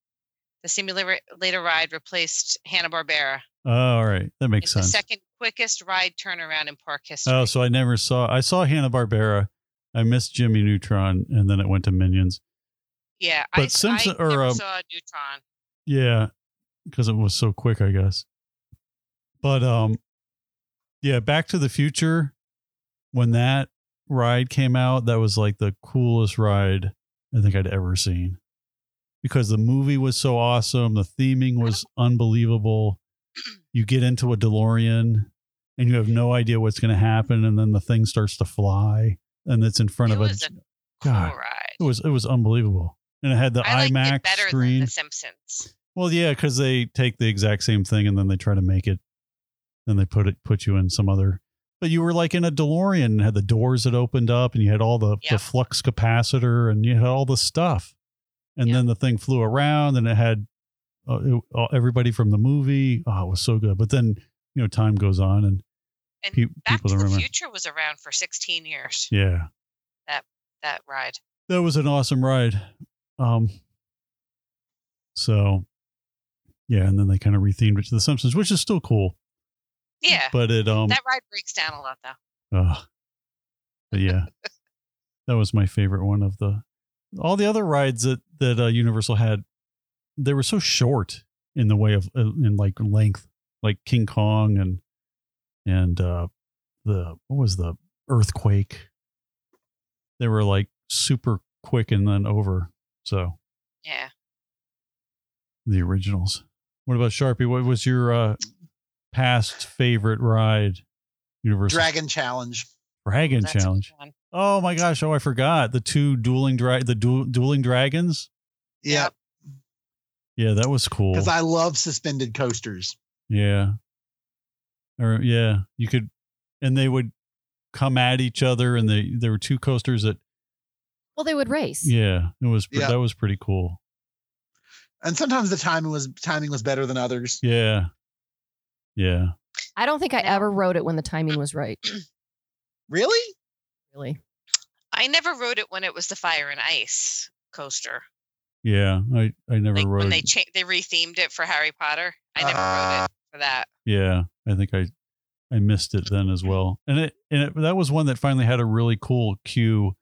Speaker 3: The simulator ride replaced Hanna Barbera.
Speaker 2: oh, all right, that makes
Speaker 3: It's the
Speaker 2: sense.
Speaker 3: second quickest ride turnaround in park history.
Speaker 2: Oh, so I never saw. I saw Hanna Barbera. I missed Jimmy Neutron, and then it went to Minions.
Speaker 3: yeah, I,
Speaker 2: but
Speaker 3: s-
Speaker 2: Simpson-
Speaker 3: I
Speaker 2: or,
Speaker 3: never
Speaker 2: um,
Speaker 3: saw Neutron.
Speaker 2: Yeah, because it was so quick, I guess. But um, yeah, Back to the Future. When that ride came out, that was like the coolest ride I think I'd ever seen, because the movie was so awesome. The theming was unbelievable. You get into a DeLorean, and you have no idea what's going to happen, and then the thing starts to fly, and it's in front
Speaker 3: It
Speaker 2: of a.
Speaker 3: was a
Speaker 2: God.
Speaker 3: cool ride.
Speaker 2: It was it was unbelievable, and it had the
Speaker 3: I liked
Speaker 2: IMAX
Speaker 3: it better
Speaker 2: screen.
Speaker 3: than The Simpsons.
Speaker 2: Well, yeah, because they take the exact same thing and then they try to make it, then they put it put you in some other. But you were like in a DeLorean, and had the doors that opened up, and you had all the, the
Speaker 3: Yeah.
Speaker 2: flux capacitor, and you had all the stuff, and
Speaker 3: Yeah.
Speaker 2: then the thing flew around, and it had uh, it, uh, everybody from the movie. Oh, it was so good. But then you know, time goes on, and
Speaker 3: And
Speaker 2: pe-
Speaker 3: Back
Speaker 2: people
Speaker 3: to
Speaker 2: don't
Speaker 3: the
Speaker 2: remember.
Speaker 3: Future was around for 16 years.
Speaker 2: Yeah,
Speaker 3: That ride.
Speaker 2: that was an awesome ride. Um, so yeah, and then they kind of rethemed it to The Simpsons, which is still cool.
Speaker 3: Yeah.
Speaker 2: But it um
Speaker 3: that ride breaks down a lot though.
Speaker 2: Ugh. But yeah, that was my favorite one of the. All the other rides that that uh, Universal had, they were so short in the way of uh, in like length, like King Kong and and uh the what was the earthquake. They were like super quick and then over. So
Speaker 3: Yeah.
Speaker 2: the originals. What about Sharpie? What was your uh past favorite ride? Universal
Speaker 4: Dragon challenge.
Speaker 2: Dragon
Speaker 3: That's a good
Speaker 2: Challenge.
Speaker 3: one.
Speaker 2: Oh my gosh! Oh, I forgot the two dueling dra- the du- dueling dragons.
Speaker 4: Yeah,
Speaker 3: Yep.
Speaker 2: Yeah, that was cool.
Speaker 4: because I love suspended coasters.
Speaker 2: yeah, or yeah, you could, and they would come at each other, and they there were two coasters that
Speaker 1: Well, they would race.
Speaker 2: yeah, it was pre-
Speaker 4: Yeah.
Speaker 2: that was pretty cool.
Speaker 4: And sometimes the timing was timing was better than others.
Speaker 2: Yeah, yeah.
Speaker 1: I don't think I
Speaker 3: No.
Speaker 1: ever rode it when the timing was right.
Speaker 4: Really?
Speaker 1: Really.
Speaker 3: I never rode it when it was the fire and ice coaster.
Speaker 2: Yeah, I I never
Speaker 3: Like
Speaker 2: rode.
Speaker 3: when they cha- they rethemed it for Harry Potter. I never
Speaker 1: Ah.
Speaker 3: rode it for that.
Speaker 2: yeah, I think I I missed it then as well. And it and it, that was one that finally had a really cool cue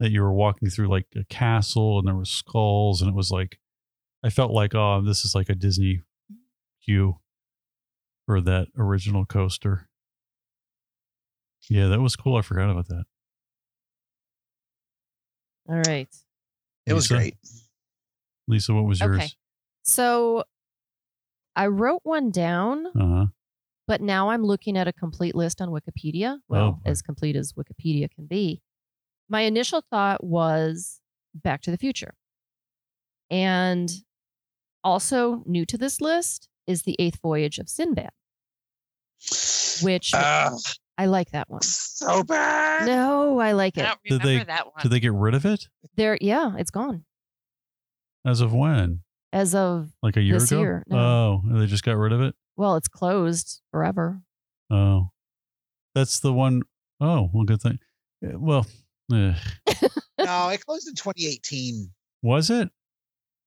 Speaker 2: that you were walking through like a castle and there were skulls and it was like I felt like oh this is like a Disney cue for that original coaster. Yeah, that was cool. I forgot about that.
Speaker 1: All right.
Speaker 4: It was
Speaker 2: Lisa?
Speaker 4: great.
Speaker 2: Lisa, what was yours?
Speaker 1: Okay. So I wrote one down,
Speaker 2: Uh-huh.
Speaker 1: but now I'm looking at a complete list on Wikipedia. Well,
Speaker 2: Oh, boy.
Speaker 1: as complete as Wikipedia can be. My initial thought was Back to the Future. And also new to this list is The Eighth Voyage of Sinbad. which
Speaker 4: Ugh,
Speaker 1: I like that one.
Speaker 4: so bad.
Speaker 1: No, I like
Speaker 3: I
Speaker 1: it.
Speaker 3: don't
Speaker 2: Did
Speaker 3: remember
Speaker 2: they-
Speaker 3: that one.
Speaker 2: Did they get rid of it?
Speaker 1: There, yeah, it's gone
Speaker 2: As of when?
Speaker 1: as of
Speaker 2: Like a year
Speaker 1: This
Speaker 2: ago?
Speaker 1: year,
Speaker 2: Oh, they just got rid of it?
Speaker 1: well, it's closed forever.
Speaker 2: Oh. That's the one oh well, good thing. Yeah, Well, eh.
Speaker 4: No, it closed in 2018.
Speaker 2: was it?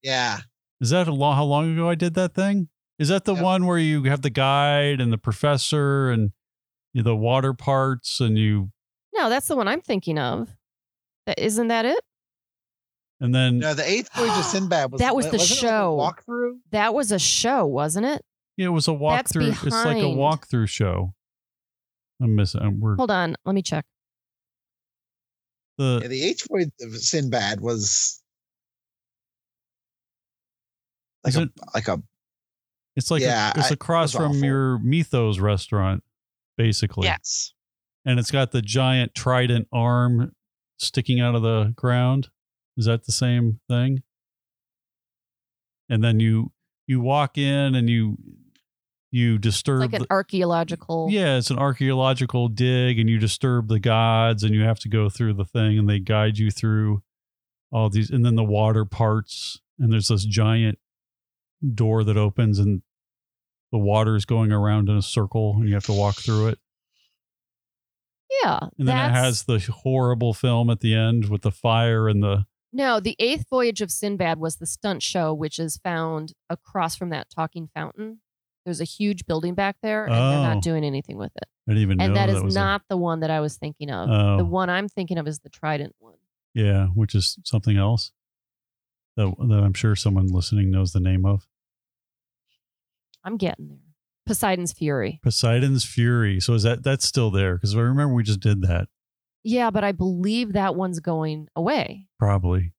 Speaker 4: Yeah.
Speaker 2: Is that a lo- how long ago I did that thing? Is that the
Speaker 4: Yep.
Speaker 2: one where you have the guide and the professor and the water parts and you
Speaker 1: No, that's the one I'm thinking of. That isn't that it?
Speaker 2: and then
Speaker 4: No, the Eighth Voyage of Sinbad was
Speaker 1: That was the
Speaker 4: wasn't it
Speaker 1: show.
Speaker 4: Like a walkthrough.
Speaker 1: That was a show, wasn't it?
Speaker 2: yeah, it was a
Speaker 1: That's
Speaker 2: walkthrough. It's like a
Speaker 1: behind.
Speaker 2: walkthrough show. I'm missing. I'm- We're
Speaker 1: Hold on, let me check.
Speaker 4: Yeah,
Speaker 2: the
Speaker 4: the Eighth Voyage of Sinbad was like
Speaker 2: is
Speaker 4: a,
Speaker 2: it,
Speaker 4: like a
Speaker 2: it's like
Speaker 4: yeah,
Speaker 2: a, it's
Speaker 4: I-
Speaker 2: across
Speaker 4: it was
Speaker 2: from
Speaker 4: awful.
Speaker 2: your Mythos restaurant, basically.
Speaker 3: Yes.
Speaker 2: and it's got the giant trident arm sticking out of the ground. Is that the same thing? And then you you walk in and you you
Speaker 1: It's
Speaker 2: disturb
Speaker 1: like an
Speaker 2: the-
Speaker 1: archaeological.
Speaker 2: yeah, it's an archaeological dig, and you disturb the gods, and you have to go through the thing, and they guide you through all these, and then the water parts, and there's this giant door that opens, and the water is going around in a circle, and you have to walk through it.
Speaker 1: yeah.
Speaker 2: And then it
Speaker 1: that's-
Speaker 2: has the horrible film at the end with the fire and the
Speaker 1: No, the eighth voyage of Sinbad was the stunt show, which is found across from that talking fountain. There's a huge building back there, and they're
Speaker 2: Oh.
Speaker 1: not doing anything with it.
Speaker 2: I didn't even
Speaker 1: And
Speaker 2: know
Speaker 1: that
Speaker 2: that,
Speaker 1: is
Speaker 2: was a-
Speaker 1: not the one that I was thinking of.
Speaker 2: Oh.
Speaker 1: The one I'm thinking of is the Trident one.
Speaker 2: yeah, which is something else that, that I'm sure someone listening knows the name of
Speaker 1: I'm getting there. Poseidon's Fury.
Speaker 2: Poseidon's Fury. So is that that's still there? Because I remember we just did that
Speaker 1: Yeah, but I believe that one's going away.
Speaker 2: probably.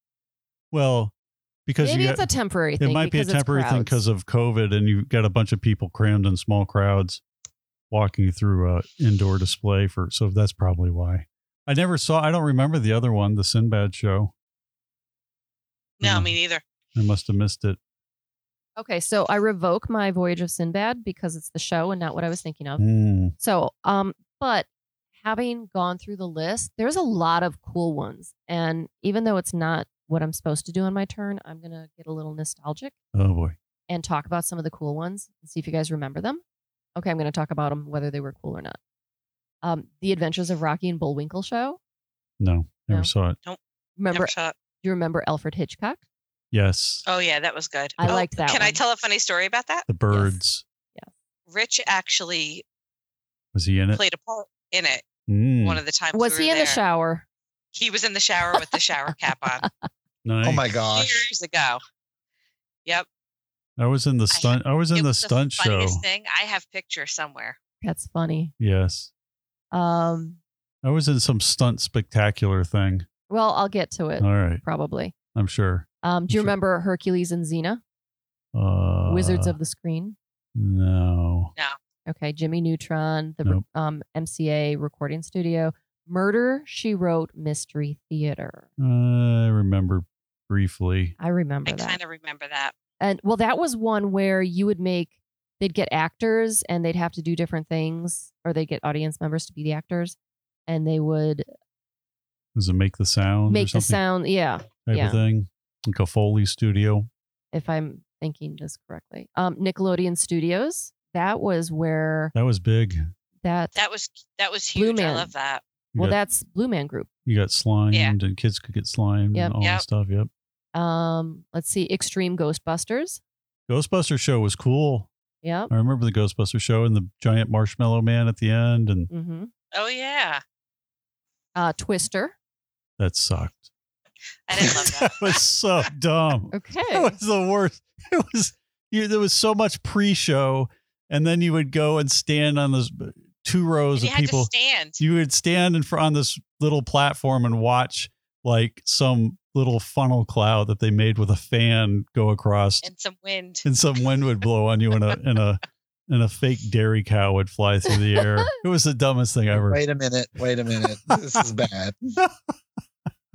Speaker 2: Well, because
Speaker 1: Maybe
Speaker 2: you
Speaker 1: it's
Speaker 2: got-
Speaker 1: a temporary thing.
Speaker 2: it might be a
Speaker 1: because it's
Speaker 2: temporary thing
Speaker 1: crowds.
Speaker 2: because of COVID, and you've got a bunch of people crammed in small crowds walking through a indoor display for. So that's probably why. I never saw. I don't remember the other one, the Sinbad show.
Speaker 3: No,
Speaker 2: Hmm.
Speaker 3: me neither.
Speaker 2: I must have missed it.
Speaker 1: Okay, so I revoke my Voyage of Sinbad because it's the show and not what I was thinking of.
Speaker 2: Hmm.
Speaker 1: So, um, but having gone through the list, there's a lot of cool ones. And even though it's not what I'm supposed to do on my turn, I'm going to get a little nostalgic
Speaker 2: Oh boy.
Speaker 1: and talk about some of the cool ones and see if you guys remember them. Okay, I'm going to talk about them whether they were cool or not. Um, the Adventures of Rocky and Bullwinkle show.
Speaker 2: No, never
Speaker 1: No.
Speaker 2: saw it.
Speaker 1: Remember,
Speaker 3: Never saw it.
Speaker 1: do you remember Alfred Hitchcock?
Speaker 2: Yes.
Speaker 3: Oh yeah, that was good.
Speaker 1: I
Speaker 3: oh,
Speaker 1: liked that
Speaker 3: Can I
Speaker 1: one.
Speaker 3: tell a funny story about that?
Speaker 2: the birds.
Speaker 3: Rich actually
Speaker 2: Was he in it?
Speaker 3: played a part in it
Speaker 2: Mm,
Speaker 3: one of the times.
Speaker 1: Was
Speaker 3: we were
Speaker 1: he in the
Speaker 3: there.
Speaker 1: shower?
Speaker 3: He was in the shower with the shower cap on
Speaker 2: nice.
Speaker 4: oh my gosh.
Speaker 3: years ago. Yep.
Speaker 2: I was in the stunt. I, was in
Speaker 3: it
Speaker 2: the
Speaker 3: was
Speaker 2: stunt
Speaker 3: the
Speaker 2: show.
Speaker 3: funniest thing. I have pictures somewhere.
Speaker 1: That's funny.
Speaker 2: Yes.
Speaker 1: Um,
Speaker 2: I was in some stunt spectacular thing.
Speaker 1: well, I'll get to it
Speaker 2: All right.
Speaker 1: probably.
Speaker 2: I'm sure.
Speaker 1: Um, do you
Speaker 2: Uh. Sure.
Speaker 1: remember Hercules and Xena,
Speaker 2: Uh,
Speaker 1: Wizards of the Screen?
Speaker 2: No.
Speaker 1: Okay, Jimmy Neutron, the
Speaker 2: Nope.
Speaker 1: um, MCA recording studio, Murder She Wrote Mystery Theater.
Speaker 2: I remember briefly.
Speaker 1: I remember
Speaker 3: I
Speaker 1: that.
Speaker 3: kind of remember that.
Speaker 1: and well, that was one where you would make they'd get actors and they'd have to do different things, or they'd get audience members to be the actors, and they would
Speaker 2: Does it make the sound? or
Speaker 1: make the
Speaker 2: something
Speaker 1: sound. Yeah,
Speaker 2: Type
Speaker 1: yeah.
Speaker 2: of thing. Like a Foley studio.
Speaker 1: if I'm thinking this correctly, um, Nickelodeon Studios. That was where
Speaker 2: That was big.
Speaker 1: that.
Speaker 3: That was that was
Speaker 1: Blue
Speaker 3: huge. I
Speaker 1: Man.
Speaker 3: love that.
Speaker 1: well,
Speaker 2: got-
Speaker 1: that's Blue Man Group.
Speaker 2: You got slimed and kids could get slimed
Speaker 1: Yep.
Speaker 2: and all
Speaker 3: Yep.
Speaker 2: that stuff. Yep.
Speaker 1: Um, let's see, Extreme Ghostbusters.
Speaker 2: Ghostbuster show was cool.
Speaker 1: Yep.
Speaker 2: I remember the Ghostbuster show and the giant marshmallow man at the end, and
Speaker 1: Mm-hmm.
Speaker 3: Oh yeah.
Speaker 1: Uh, Twister.
Speaker 2: that sucked.
Speaker 3: I didn't love that.
Speaker 2: that was so dumb. It
Speaker 1: Okay.
Speaker 2: was the worst. It was you, there was so much pre-show, and then you would go and stand on those two rows
Speaker 3: And you
Speaker 2: of
Speaker 3: had
Speaker 2: people.
Speaker 3: to stand.
Speaker 2: You would stand in front on this little platform and watch like some little funnel cloud that they made with a fan go across,
Speaker 3: And some wind.
Speaker 2: and some wind would blow on you, and a and a and a fake dairy cow would fly through the air. It was the dumbest thing ever.
Speaker 4: Wait a minute. Wait a minute. this is bad.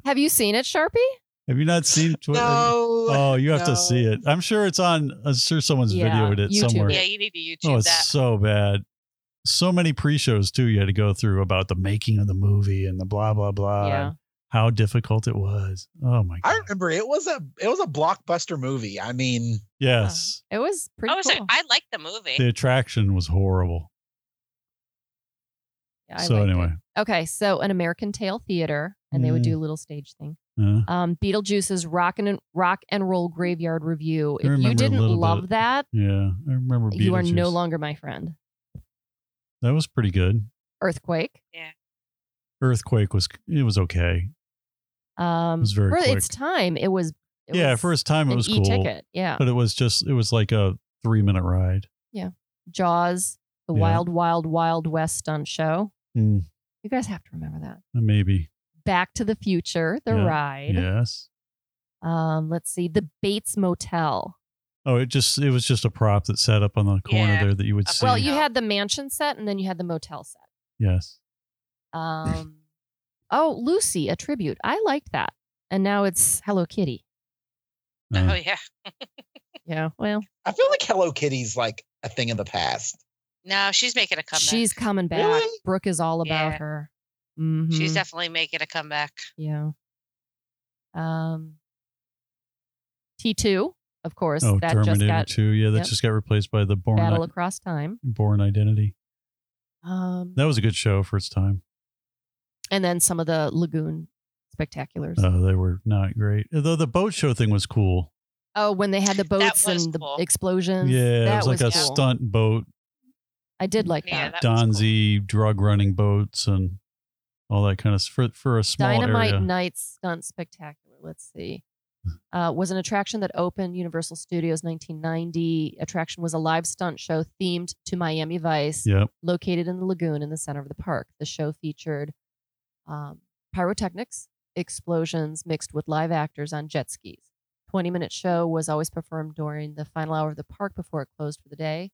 Speaker 1: Have you seen it, Sharpie?
Speaker 2: Have you not seen Twitter?
Speaker 4: No.
Speaker 2: Oh, you have
Speaker 4: No.
Speaker 2: to see it. I'm sure it's on. I'm sure someone's
Speaker 1: Yeah,
Speaker 2: videoed it
Speaker 1: YouTube
Speaker 2: somewhere.
Speaker 1: it.
Speaker 3: Yeah, you need to YouTube
Speaker 2: Oh, it's
Speaker 3: that.
Speaker 2: so bad. so many pre-shows too you had to go through about the making of the movie and the blah blah blah
Speaker 1: yeah.
Speaker 2: and how difficult it was oh my
Speaker 4: I
Speaker 2: god
Speaker 4: remember it was a it was a blockbuster movie. I mean,
Speaker 2: yes
Speaker 1: It was pretty
Speaker 3: I was
Speaker 1: cool.
Speaker 3: like, I like the movie.
Speaker 2: the attraction was horrible
Speaker 1: Yeah, I
Speaker 2: so
Speaker 1: liked it.
Speaker 2: anyway
Speaker 1: Okay, so an American Tale Theater, and they would
Speaker 2: Mm.
Speaker 1: do a little stage thing.
Speaker 2: uh,
Speaker 1: Um, Beetlejuice's Rock and Rock and Roll Graveyard Review.
Speaker 2: I
Speaker 1: If
Speaker 2: remember
Speaker 1: you
Speaker 2: a
Speaker 1: didn't
Speaker 2: little
Speaker 1: love
Speaker 2: bit.
Speaker 1: that,
Speaker 2: yeah i remember
Speaker 1: you are no
Speaker 2: Beetlejuice.
Speaker 1: longer my friend.
Speaker 2: that was pretty good
Speaker 1: Earthquake.
Speaker 2: earthquake was it was okay
Speaker 1: Um,
Speaker 2: was very
Speaker 1: for its
Speaker 2: quick.
Speaker 1: time, it was. It
Speaker 2: yeah
Speaker 1: was
Speaker 2: for its time it
Speaker 1: an
Speaker 2: was cool
Speaker 1: e-ticket. Yeah,
Speaker 2: but it was just it was like a three minute ride
Speaker 1: Jaws, the
Speaker 2: Yeah.
Speaker 1: Wild Wild Wild West stunt show.
Speaker 2: Hmm,
Speaker 1: You guys have to remember that.
Speaker 2: maybe
Speaker 1: Back to the Future, the
Speaker 2: Yeah,
Speaker 1: ride.
Speaker 2: yes
Speaker 1: Um, let's see, the Bates Motel.
Speaker 2: oh it just it was just a prop that sat up on the corner
Speaker 3: Yeah.
Speaker 2: there that you would see
Speaker 1: Uh, Well,
Speaker 3: See.
Speaker 1: you had the mansion set, and then you had the motel set.
Speaker 2: yes
Speaker 1: Um, oh, Lucy, a tribute. I liked that. And now it's Hello Kitty.
Speaker 2: Uh,
Speaker 3: oh yeah.
Speaker 1: Yeah. Well,
Speaker 4: I feel like Hello Kitty's like a thing of the past.
Speaker 3: No, she's making a comeback.
Speaker 1: she's coming back.
Speaker 4: Really?
Speaker 1: Brooke is all about
Speaker 3: Yeah.
Speaker 1: her. hmm
Speaker 2: Mm-hmm.
Speaker 3: she's definitely making a comeback.
Speaker 1: yeah. Um, T two, of course.
Speaker 2: Oh,
Speaker 1: that
Speaker 2: Terminator
Speaker 1: just got
Speaker 2: 2. Yeah, that
Speaker 1: yep.
Speaker 2: just got replaced by the Born
Speaker 1: battle across time.
Speaker 2: Born Identity.
Speaker 1: Um,
Speaker 2: That was a good show for its time.
Speaker 1: and then some of the lagoon spectaculars.
Speaker 2: Uh, they were not great. Though the boat show thing was cool.
Speaker 1: oh, when they had the boats
Speaker 3: was
Speaker 1: and
Speaker 3: cool.
Speaker 1: the explosions.
Speaker 2: yeah,
Speaker 1: that
Speaker 2: it was like a
Speaker 1: cool.
Speaker 2: stunt boat,
Speaker 1: I did like
Speaker 3: Yeah,
Speaker 1: that.
Speaker 3: that was cool.
Speaker 2: Donzi drug running boats and all that kind of s- for for a small
Speaker 1: Dynamite
Speaker 2: area.
Speaker 1: Nights Stunt Spectacular. Let's see. Uh, was an attraction that opened Universal Studios 1990. Attraction was a live stunt show themed to Miami Vice,
Speaker 2: Yep.
Speaker 1: located in the lagoon in the center of the park. The show featured um, pyrotechnics, explosions mixed with live actors on jet skis. 20 minute show was always performed during the final hour of the park before it closed for the day,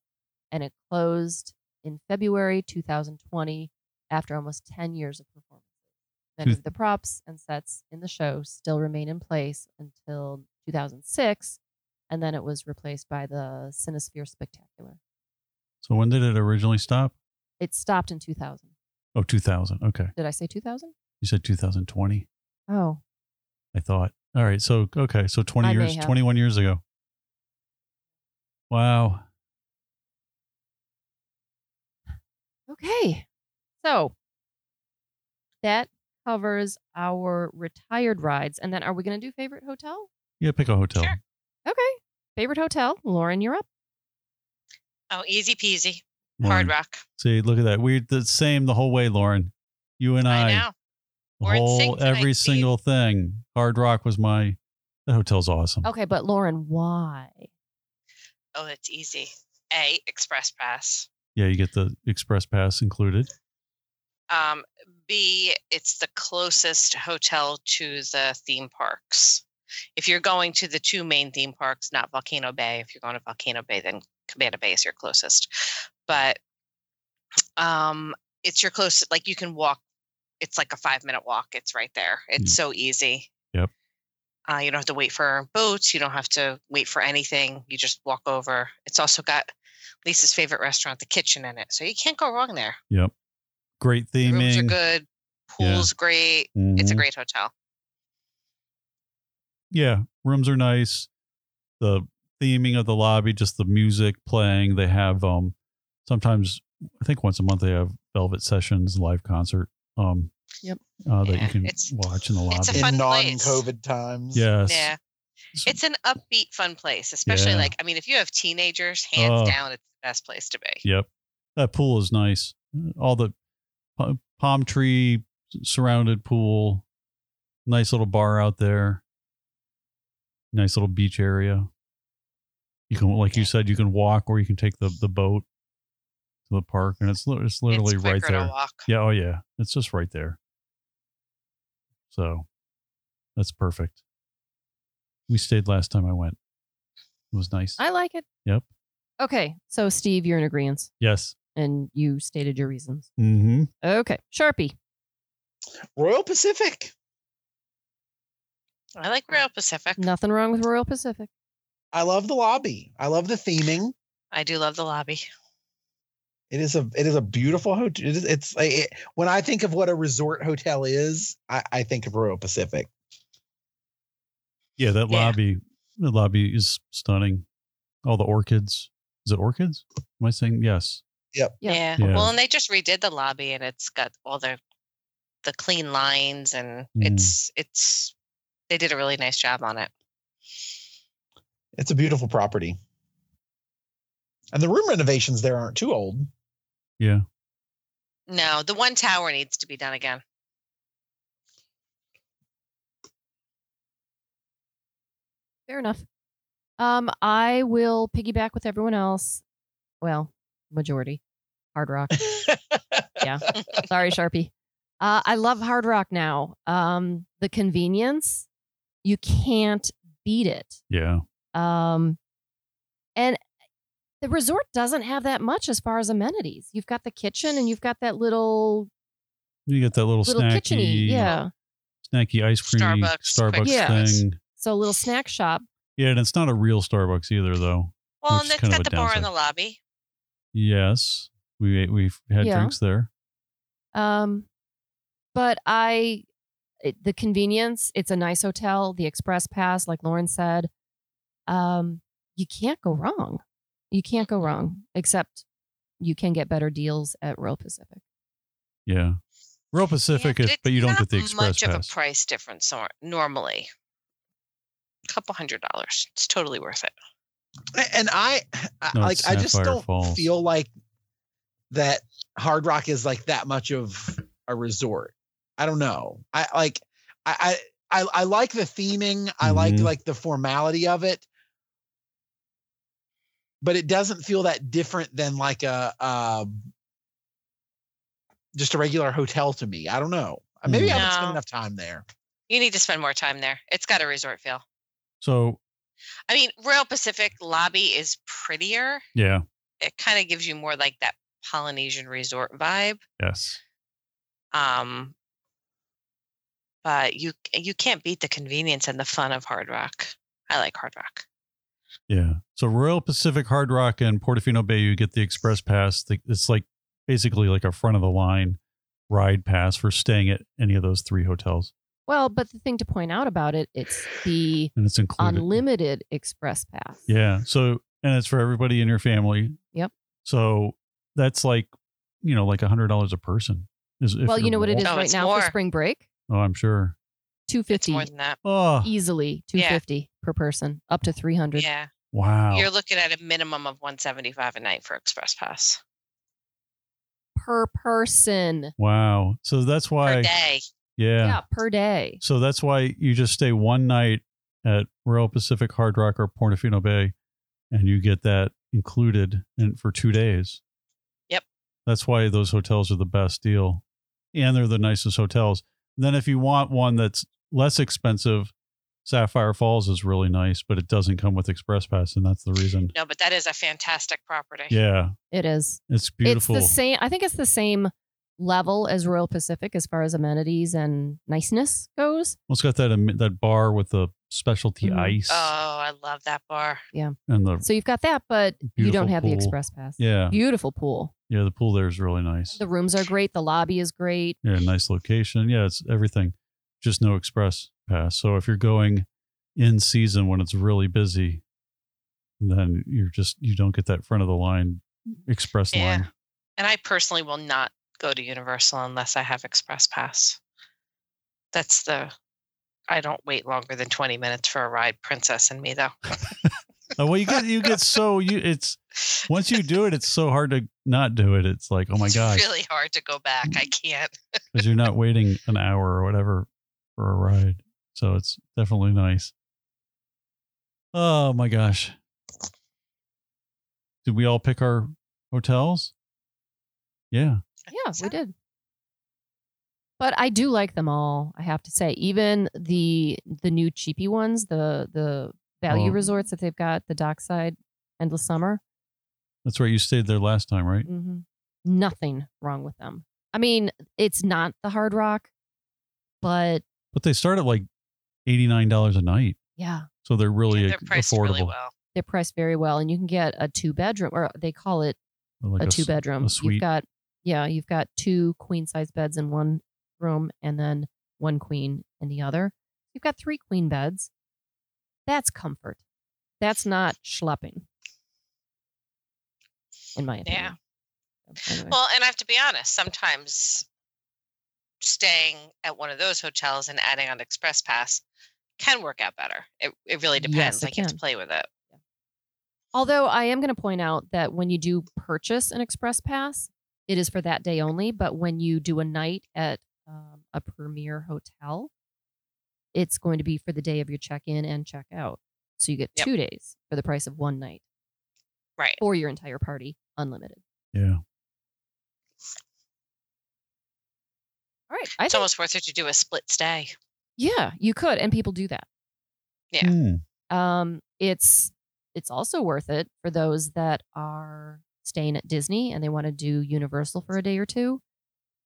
Speaker 1: and it closed in February 2020 after almost 10 years of performances. Many
Speaker 2: Hmm.
Speaker 1: of the props and sets in the show still remain in place until 2006, and then it was replaced by the Cinesphere Spectacular.
Speaker 2: So when did it originally stop?
Speaker 1: It stopped in 2000.
Speaker 2: Oh, 2000. Okay.
Speaker 1: Did I say 2000?
Speaker 2: You said 2020,
Speaker 1: Oh,
Speaker 2: I thought. All right. So, okay. So 20
Speaker 1: I may
Speaker 2: years,
Speaker 1: have.
Speaker 2: 21 years ago. Wow.
Speaker 1: okay. So that covers our retired rides. And then are we going to do favorite hotel?
Speaker 2: Yeah, pick a hotel.
Speaker 3: Sure.
Speaker 1: Okay. Favorite hotel? Lauren, you're up.
Speaker 3: Oh, easy peasy.
Speaker 2: Lauren.
Speaker 3: Hard rock.
Speaker 2: See, look at that. We're the same the whole way, Lauren. You and I,
Speaker 3: I know.
Speaker 2: the
Speaker 3: We're in
Speaker 2: whole
Speaker 3: sync tonight,
Speaker 2: every
Speaker 3: Steve.
Speaker 2: single thing. Hard Rock was my. That hotel's awesome.
Speaker 1: Okay, but Lauren, why?
Speaker 3: Oh, that's easy. A express pass.
Speaker 2: Yeah, you get the express pass included.
Speaker 3: Um, B, it's the closest hotel to the theme parks. If you're going to the two main theme parks, not Volcano Bay, if you're going to Volcano Bay, then Cabana Bay is your closest. But um, it's your closest, like you can walk, it's like a five minute walk. It's right there. It's so easy.
Speaker 2: Yep.
Speaker 3: Uh, you don't have to wait for boats. You don't have to wait for anything. You just walk over. It's also got Lisa's favorite restaurant, the kitchen in it. So you can't go wrong there.
Speaker 2: Great
Speaker 3: The
Speaker 2: theming.
Speaker 3: Rooms are good.
Speaker 2: Yeah.
Speaker 3: Pool's great. It's a
Speaker 2: Mhm.
Speaker 3: great hotel.
Speaker 2: Yeah, rooms are nice. The theming of the lobby, just the music playing. They have um sometimes I think once a month they have Velvet Sessions live concert. Um
Speaker 1: Yep.
Speaker 2: uh, that
Speaker 3: Yeah,
Speaker 2: you can
Speaker 3: it's-
Speaker 2: watch in the lobby.
Speaker 3: it's a fun
Speaker 4: in
Speaker 3: place.
Speaker 4: non-COVID times.
Speaker 2: yes.
Speaker 3: Yeah.
Speaker 2: S-
Speaker 3: It's an upbeat, fun place, especially
Speaker 2: Yeah.
Speaker 3: like, I mean, if you have teenagers, hands
Speaker 2: Oh.
Speaker 3: down, it's the best place to be.
Speaker 2: Yep. That pool is nice. All the p- palm tree surrounded pool. Nice little bar out there. Nice little beach area. You can, like you said, you can walk or you can take the, the boat to the park, and it's li- it's literally
Speaker 3: it's
Speaker 2: right
Speaker 3: quicker
Speaker 2: there.
Speaker 3: To walk.
Speaker 2: Yeah. Oh yeah. It's just right there. So that's perfect. We stayed last time I went. It was nice.
Speaker 1: I like it.
Speaker 2: Yep.
Speaker 1: Okay, so Steve, you're in agreement,
Speaker 2: yes.
Speaker 1: and you stated your reasons.
Speaker 2: Mm-hmm.
Speaker 1: Okay, Sharpie.
Speaker 4: Royal Pacific.
Speaker 3: I like Royal Pacific.
Speaker 1: Nothing wrong with Royal Pacific.
Speaker 4: I love the lobby. I love the theming.
Speaker 3: I do love the lobby.
Speaker 4: It is a it is a beautiful hotel. It is, it's like it, when I think of what a resort hotel is, I, I think of Royal Pacific.
Speaker 2: Yeah, that
Speaker 3: Yeah.
Speaker 2: lobby, the lobby is stunning. All the orchids. Is it orchids? Am I saying yes?
Speaker 1: Yeah.
Speaker 3: Yeah.
Speaker 2: Yeah.
Speaker 3: Well, and they just redid the lobby, and it's got all the the clean lines, and
Speaker 2: Mm.
Speaker 3: it's it's they did a really nice job on it.
Speaker 4: It's a beautiful property. And the room renovations there aren't too old.
Speaker 2: Yeah.
Speaker 3: No, the one tower needs to be done again.
Speaker 1: Fair enough. Um, I will piggyback with everyone else. Well, majority. Hard Rock. Sorry, Sharpie. Uh, I love Hard Rock now. Um, the convenience, you can't beat it.
Speaker 2: Yeah.
Speaker 1: Um, and the resort doesn't have that much as far as amenities. You've got the kitchen and you've got that little
Speaker 2: You get that little,
Speaker 1: little
Speaker 2: snacky,
Speaker 1: kitcheny, yeah.
Speaker 2: snacky ice cream
Speaker 3: Starbucks,
Speaker 2: Starbucks,
Speaker 3: quick
Speaker 1: service.
Speaker 2: thing.
Speaker 1: So a little snack shop.
Speaker 2: Yeah, and it's not a real Starbucks either, though. Which
Speaker 3: Well, and
Speaker 2: is
Speaker 3: it's
Speaker 2: kind of
Speaker 3: got
Speaker 2: a
Speaker 3: the bar in
Speaker 2: downside.
Speaker 3: the lobby.
Speaker 2: Yes, we ate, we had
Speaker 1: Yeah.
Speaker 2: drinks there.
Speaker 1: Um, but I, it, the convenience, it's a nice hotel, the express pass, like Lauren said. Um, you can't go wrong. You can't go wrong, except you can get better deals at Royal Pacific.
Speaker 2: Yeah, Real Pacific,
Speaker 3: Yeah,
Speaker 2: is,
Speaker 3: it's
Speaker 2: but you don't
Speaker 3: not
Speaker 2: get the express
Speaker 3: much of
Speaker 2: pass.
Speaker 3: a price difference nor- normally. A couple hundred dollars. It's totally worth it.
Speaker 4: and I, I
Speaker 2: No,
Speaker 4: like
Speaker 2: it's
Speaker 4: I just
Speaker 2: Sapphire
Speaker 4: don't
Speaker 2: Falls.
Speaker 4: feel like that Hard Rock is like that much of a resort. I don't know. I like I I I, I like the theming. I like
Speaker 2: Mhm.
Speaker 4: like the formality of it. But it doesn't feel that different than like a uh just a regular hotel to me. I don't know. Uh, Maybe
Speaker 2: Mm.
Speaker 4: I haven't spent
Speaker 3: No.
Speaker 4: enough time there.
Speaker 3: You need to spend more time there. It's got a resort feel.
Speaker 2: so
Speaker 3: I mean, Royal Pacific lobby is prettier.
Speaker 2: yeah,
Speaker 3: It kind of gives you more like that Polynesian resort vibe.
Speaker 2: yes,
Speaker 3: Um, but you you can't beat the convenience and the fun of Hard Rock. I like Hard Rock.
Speaker 2: yeah. So Royal Pacific, Hard Rock, and Portofino Bay, you get the express pass. The- It's like basically like a front of the line ride pass for staying at any of those three hotels,
Speaker 1: Well, but the thing to point out about it, it's the
Speaker 2: and it's included.
Speaker 1: unlimited express pass.
Speaker 2: Yeah. So, and it's for everybody in your family.
Speaker 1: Yep.
Speaker 2: So that's like, you know, like a hundred dollars a person. Is, if
Speaker 1: well, you
Speaker 2: you're
Speaker 1: know what it is
Speaker 2: wa-
Speaker 3: No,
Speaker 1: right
Speaker 3: Oh, it's
Speaker 1: now
Speaker 3: more.
Speaker 1: for spring break?
Speaker 2: Oh, I'm sure.
Speaker 1: Two
Speaker 3: It's
Speaker 1: fifty
Speaker 3: more than that.
Speaker 2: Oh,
Speaker 1: easily. Two
Speaker 3: Yeah.
Speaker 1: fifty per person, up to three hundred.
Speaker 3: Yeah,
Speaker 2: wow.
Speaker 3: you're looking at a minimum of one seventy five a night for Express Pass
Speaker 1: per person.
Speaker 2: wow. So that's why.
Speaker 3: per day.
Speaker 2: Yeah.
Speaker 1: Yeah. per day.
Speaker 2: So that's why you just stay one night at Royal Pacific Hard Rock or Portofino Bay and you get that included in for two days.
Speaker 3: Yep.
Speaker 2: That's why those hotels are the best deal. And they're the nicest hotels. Then if you want one that's less expensive, Sapphire Falls is really nice, but it doesn't come with Express Pass, and that's the reason.
Speaker 3: No, but that is a fantastic property.
Speaker 2: Yeah.
Speaker 1: It is.
Speaker 2: It's beautiful.
Speaker 1: It's the same. I think it's the same level as Royal Pacific as far as amenities and niceness goes.
Speaker 2: Well, it's got that am- that bar with the specialty
Speaker 1: Mhm.
Speaker 2: ice
Speaker 3: Oh, I love that bar.
Speaker 2: and the
Speaker 1: So you've got that, but you don't
Speaker 2: Beautiful
Speaker 1: have the
Speaker 2: pool.
Speaker 1: express pass.
Speaker 2: yeah.
Speaker 1: Beautiful pool.
Speaker 2: Yeah, the pool there is really nice.
Speaker 1: The rooms are great. The lobby is great.
Speaker 2: Yeah, nice location. Yeah, it's everything. Just no express pass. So if you're going in season when it's really busy, then you're just you don't get that front of the line express
Speaker 3: Yeah.
Speaker 2: line.
Speaker 3: And I personally will not go to Universal unless I have Express Pass. That's the. I don't wait longer than twenty minutes for a ride, Princess and me though.
Speaker 2: Oh, well, you get you get so you it's once you do it, it's so hard to not do it. It's like oh my gosh,
Speaker 3: It's really hard to go back. I can't.
Speaker 2: because you're not waiting an hour or whatever for a ride. So it's definitely nice. Oh my gosh, did we all pick our hotels? Yeah.
Speaker 1: Yeah, we did. But I do like them all. I have to say, even the the new cheapy ones, the the value
Speaker 2: Well-
Speaker 1: resorts that they've got, the dockside, endless summer.
Speaker 2: That's right. You stayed there last time, right?
Speaker 1: hmm Nothing wrong with them. I mean, it's not the Hard Rock, but
Speaker 2: But they start at like eighty nine dollars a night,
Speaker 1: yeah,
Speaker 2: so they're really
Speaker 3: They're
Speaker 2: ac-
Speaker 3: priced
Speaker 2: affordable.
Speaker 3: really well.
Speaker 1: they're priced very well, and you can get a two bedroom, or they call it
Speaker 2: Like
Speaker 1: a two
Speaker 2: s-
Speaker 1: bedroom.
Speaker 2: a suite.
Speaker 1: You've got yeah, you've got two queen size beds in one room and then one queen in the other. You've got three queen beds. That's comfort. That's not schlepping. In my opinion. Yeah.
Speaker 3: Well, and I have to be honest, sometimes staying at one of those hotels and adding on Express Pass can work out better. It, it really
Speaker 1: Yes,
Speaker 3: depends.
Speaker 1: it
Speaker 3: like you have to
Speaker 1: can.
Speaker 3: play with it.
Speaker 1: Although I am going to point out that when you do purchase an express pass, it is for that day only. But when you do a night at um, a premier hotel, it's going to be for the day of your check in and check out. So you get
Speaker 3: Yep.
Speaker 1: two days for the price of one night
Speaker 3: Right.
Speaker 1: for your entire party, unlimited.
Speaker 2: Yeah.
Speaker 1: All right. I
Speaker 3: it's
Speaker 1: think,
Speaker 3: almost worth it to do a split stay.
Speaker 1: yeah, you could. And people do that.
Speaker 3: Yeah.
Speaker 2: Hmm.
Speaker 1: Um, it's it's also worth it for those that are staying at Disney and they want to do Universal for a day or two.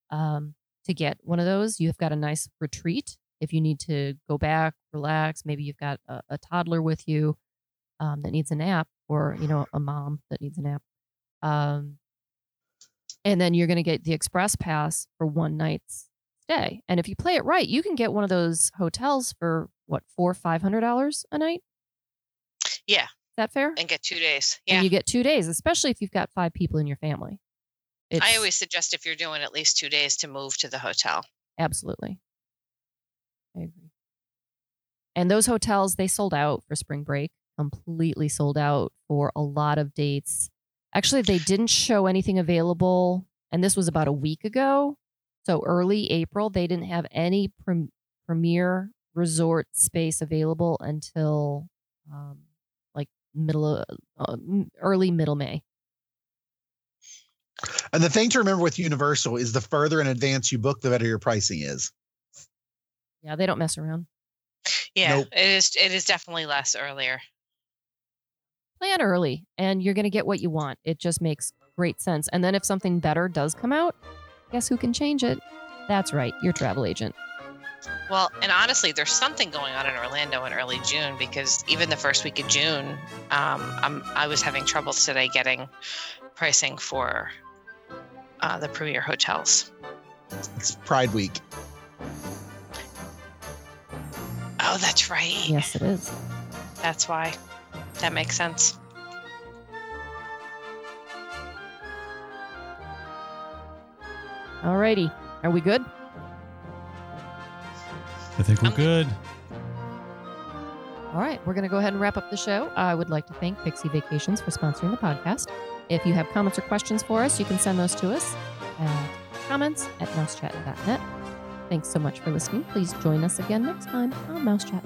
Speaker 1: Um, to get one of those, you've got a nice retreat. If you need to go back, relax, maybe you've got a, a toddler with you um, that needs a nap, or you know, a mom that needs a nap. Um, and then you're going to get the express pass for one night's stay. And if you play it right, you can get one of those hotels for what four, five hundred dollars a night.
Speaker 3: Yeah.
Speaker 1: Is that fair?
Speaker 3: And get two days. Yeah.
Speaker 1: And you get two days, especially if you've got five people in your family. It's-
Speaker 3: I always suggest if you're doing at least two days to move to the hotel.
Speaker 1: absolutely. I agree. And those hotels, they sold out for spring break, completely sold out for a lot of dates. Actually, they didn't show anything available, and this was about a week ago. So early April, they didn't have any prem- premier resort space available until um, like middle of uh, m- early middle May.
Speaker 4: And the thing to remember with Universal is the further in advance you book, the better your pricing is.
Speaker 1: Yeah, they don't mess around.
Speaker 3: Yeah.
Speaker 4: Nope.
Speaker 3: It is it is definitely less earlier.
Speaker 1: plan early and you're going to get what you want. It just makes great sense. And then if something better does come out, guess who can change it? That's right, your travel agent.
Speaker 3: Well, and honestly, there's something going on in Orlando in early June because even the first week of June, um, I'm, I was having troubles today getting pricing for uh, the premier hotels.
Speaker 4: It's Pride Week.
Speaker 3: Oh, that's right.
Speaker 1: Yes, it is.
Speaker 3: That's why. That makes sense.
Speaker 1: Alrighty. Are we good?
Speaker 2: I think we're
Speaker 3: I'm-
Speaker 2: good.
Speaker 1: All right, we're going to go ahead and wrap up the show. I would like to thank Pixie Vacations for sponsoring the podcast. If you have comments or questions for us, you can send those to us at comments at mousechat.net. Thanks so much for listening. Please join us again next time on Mousechat.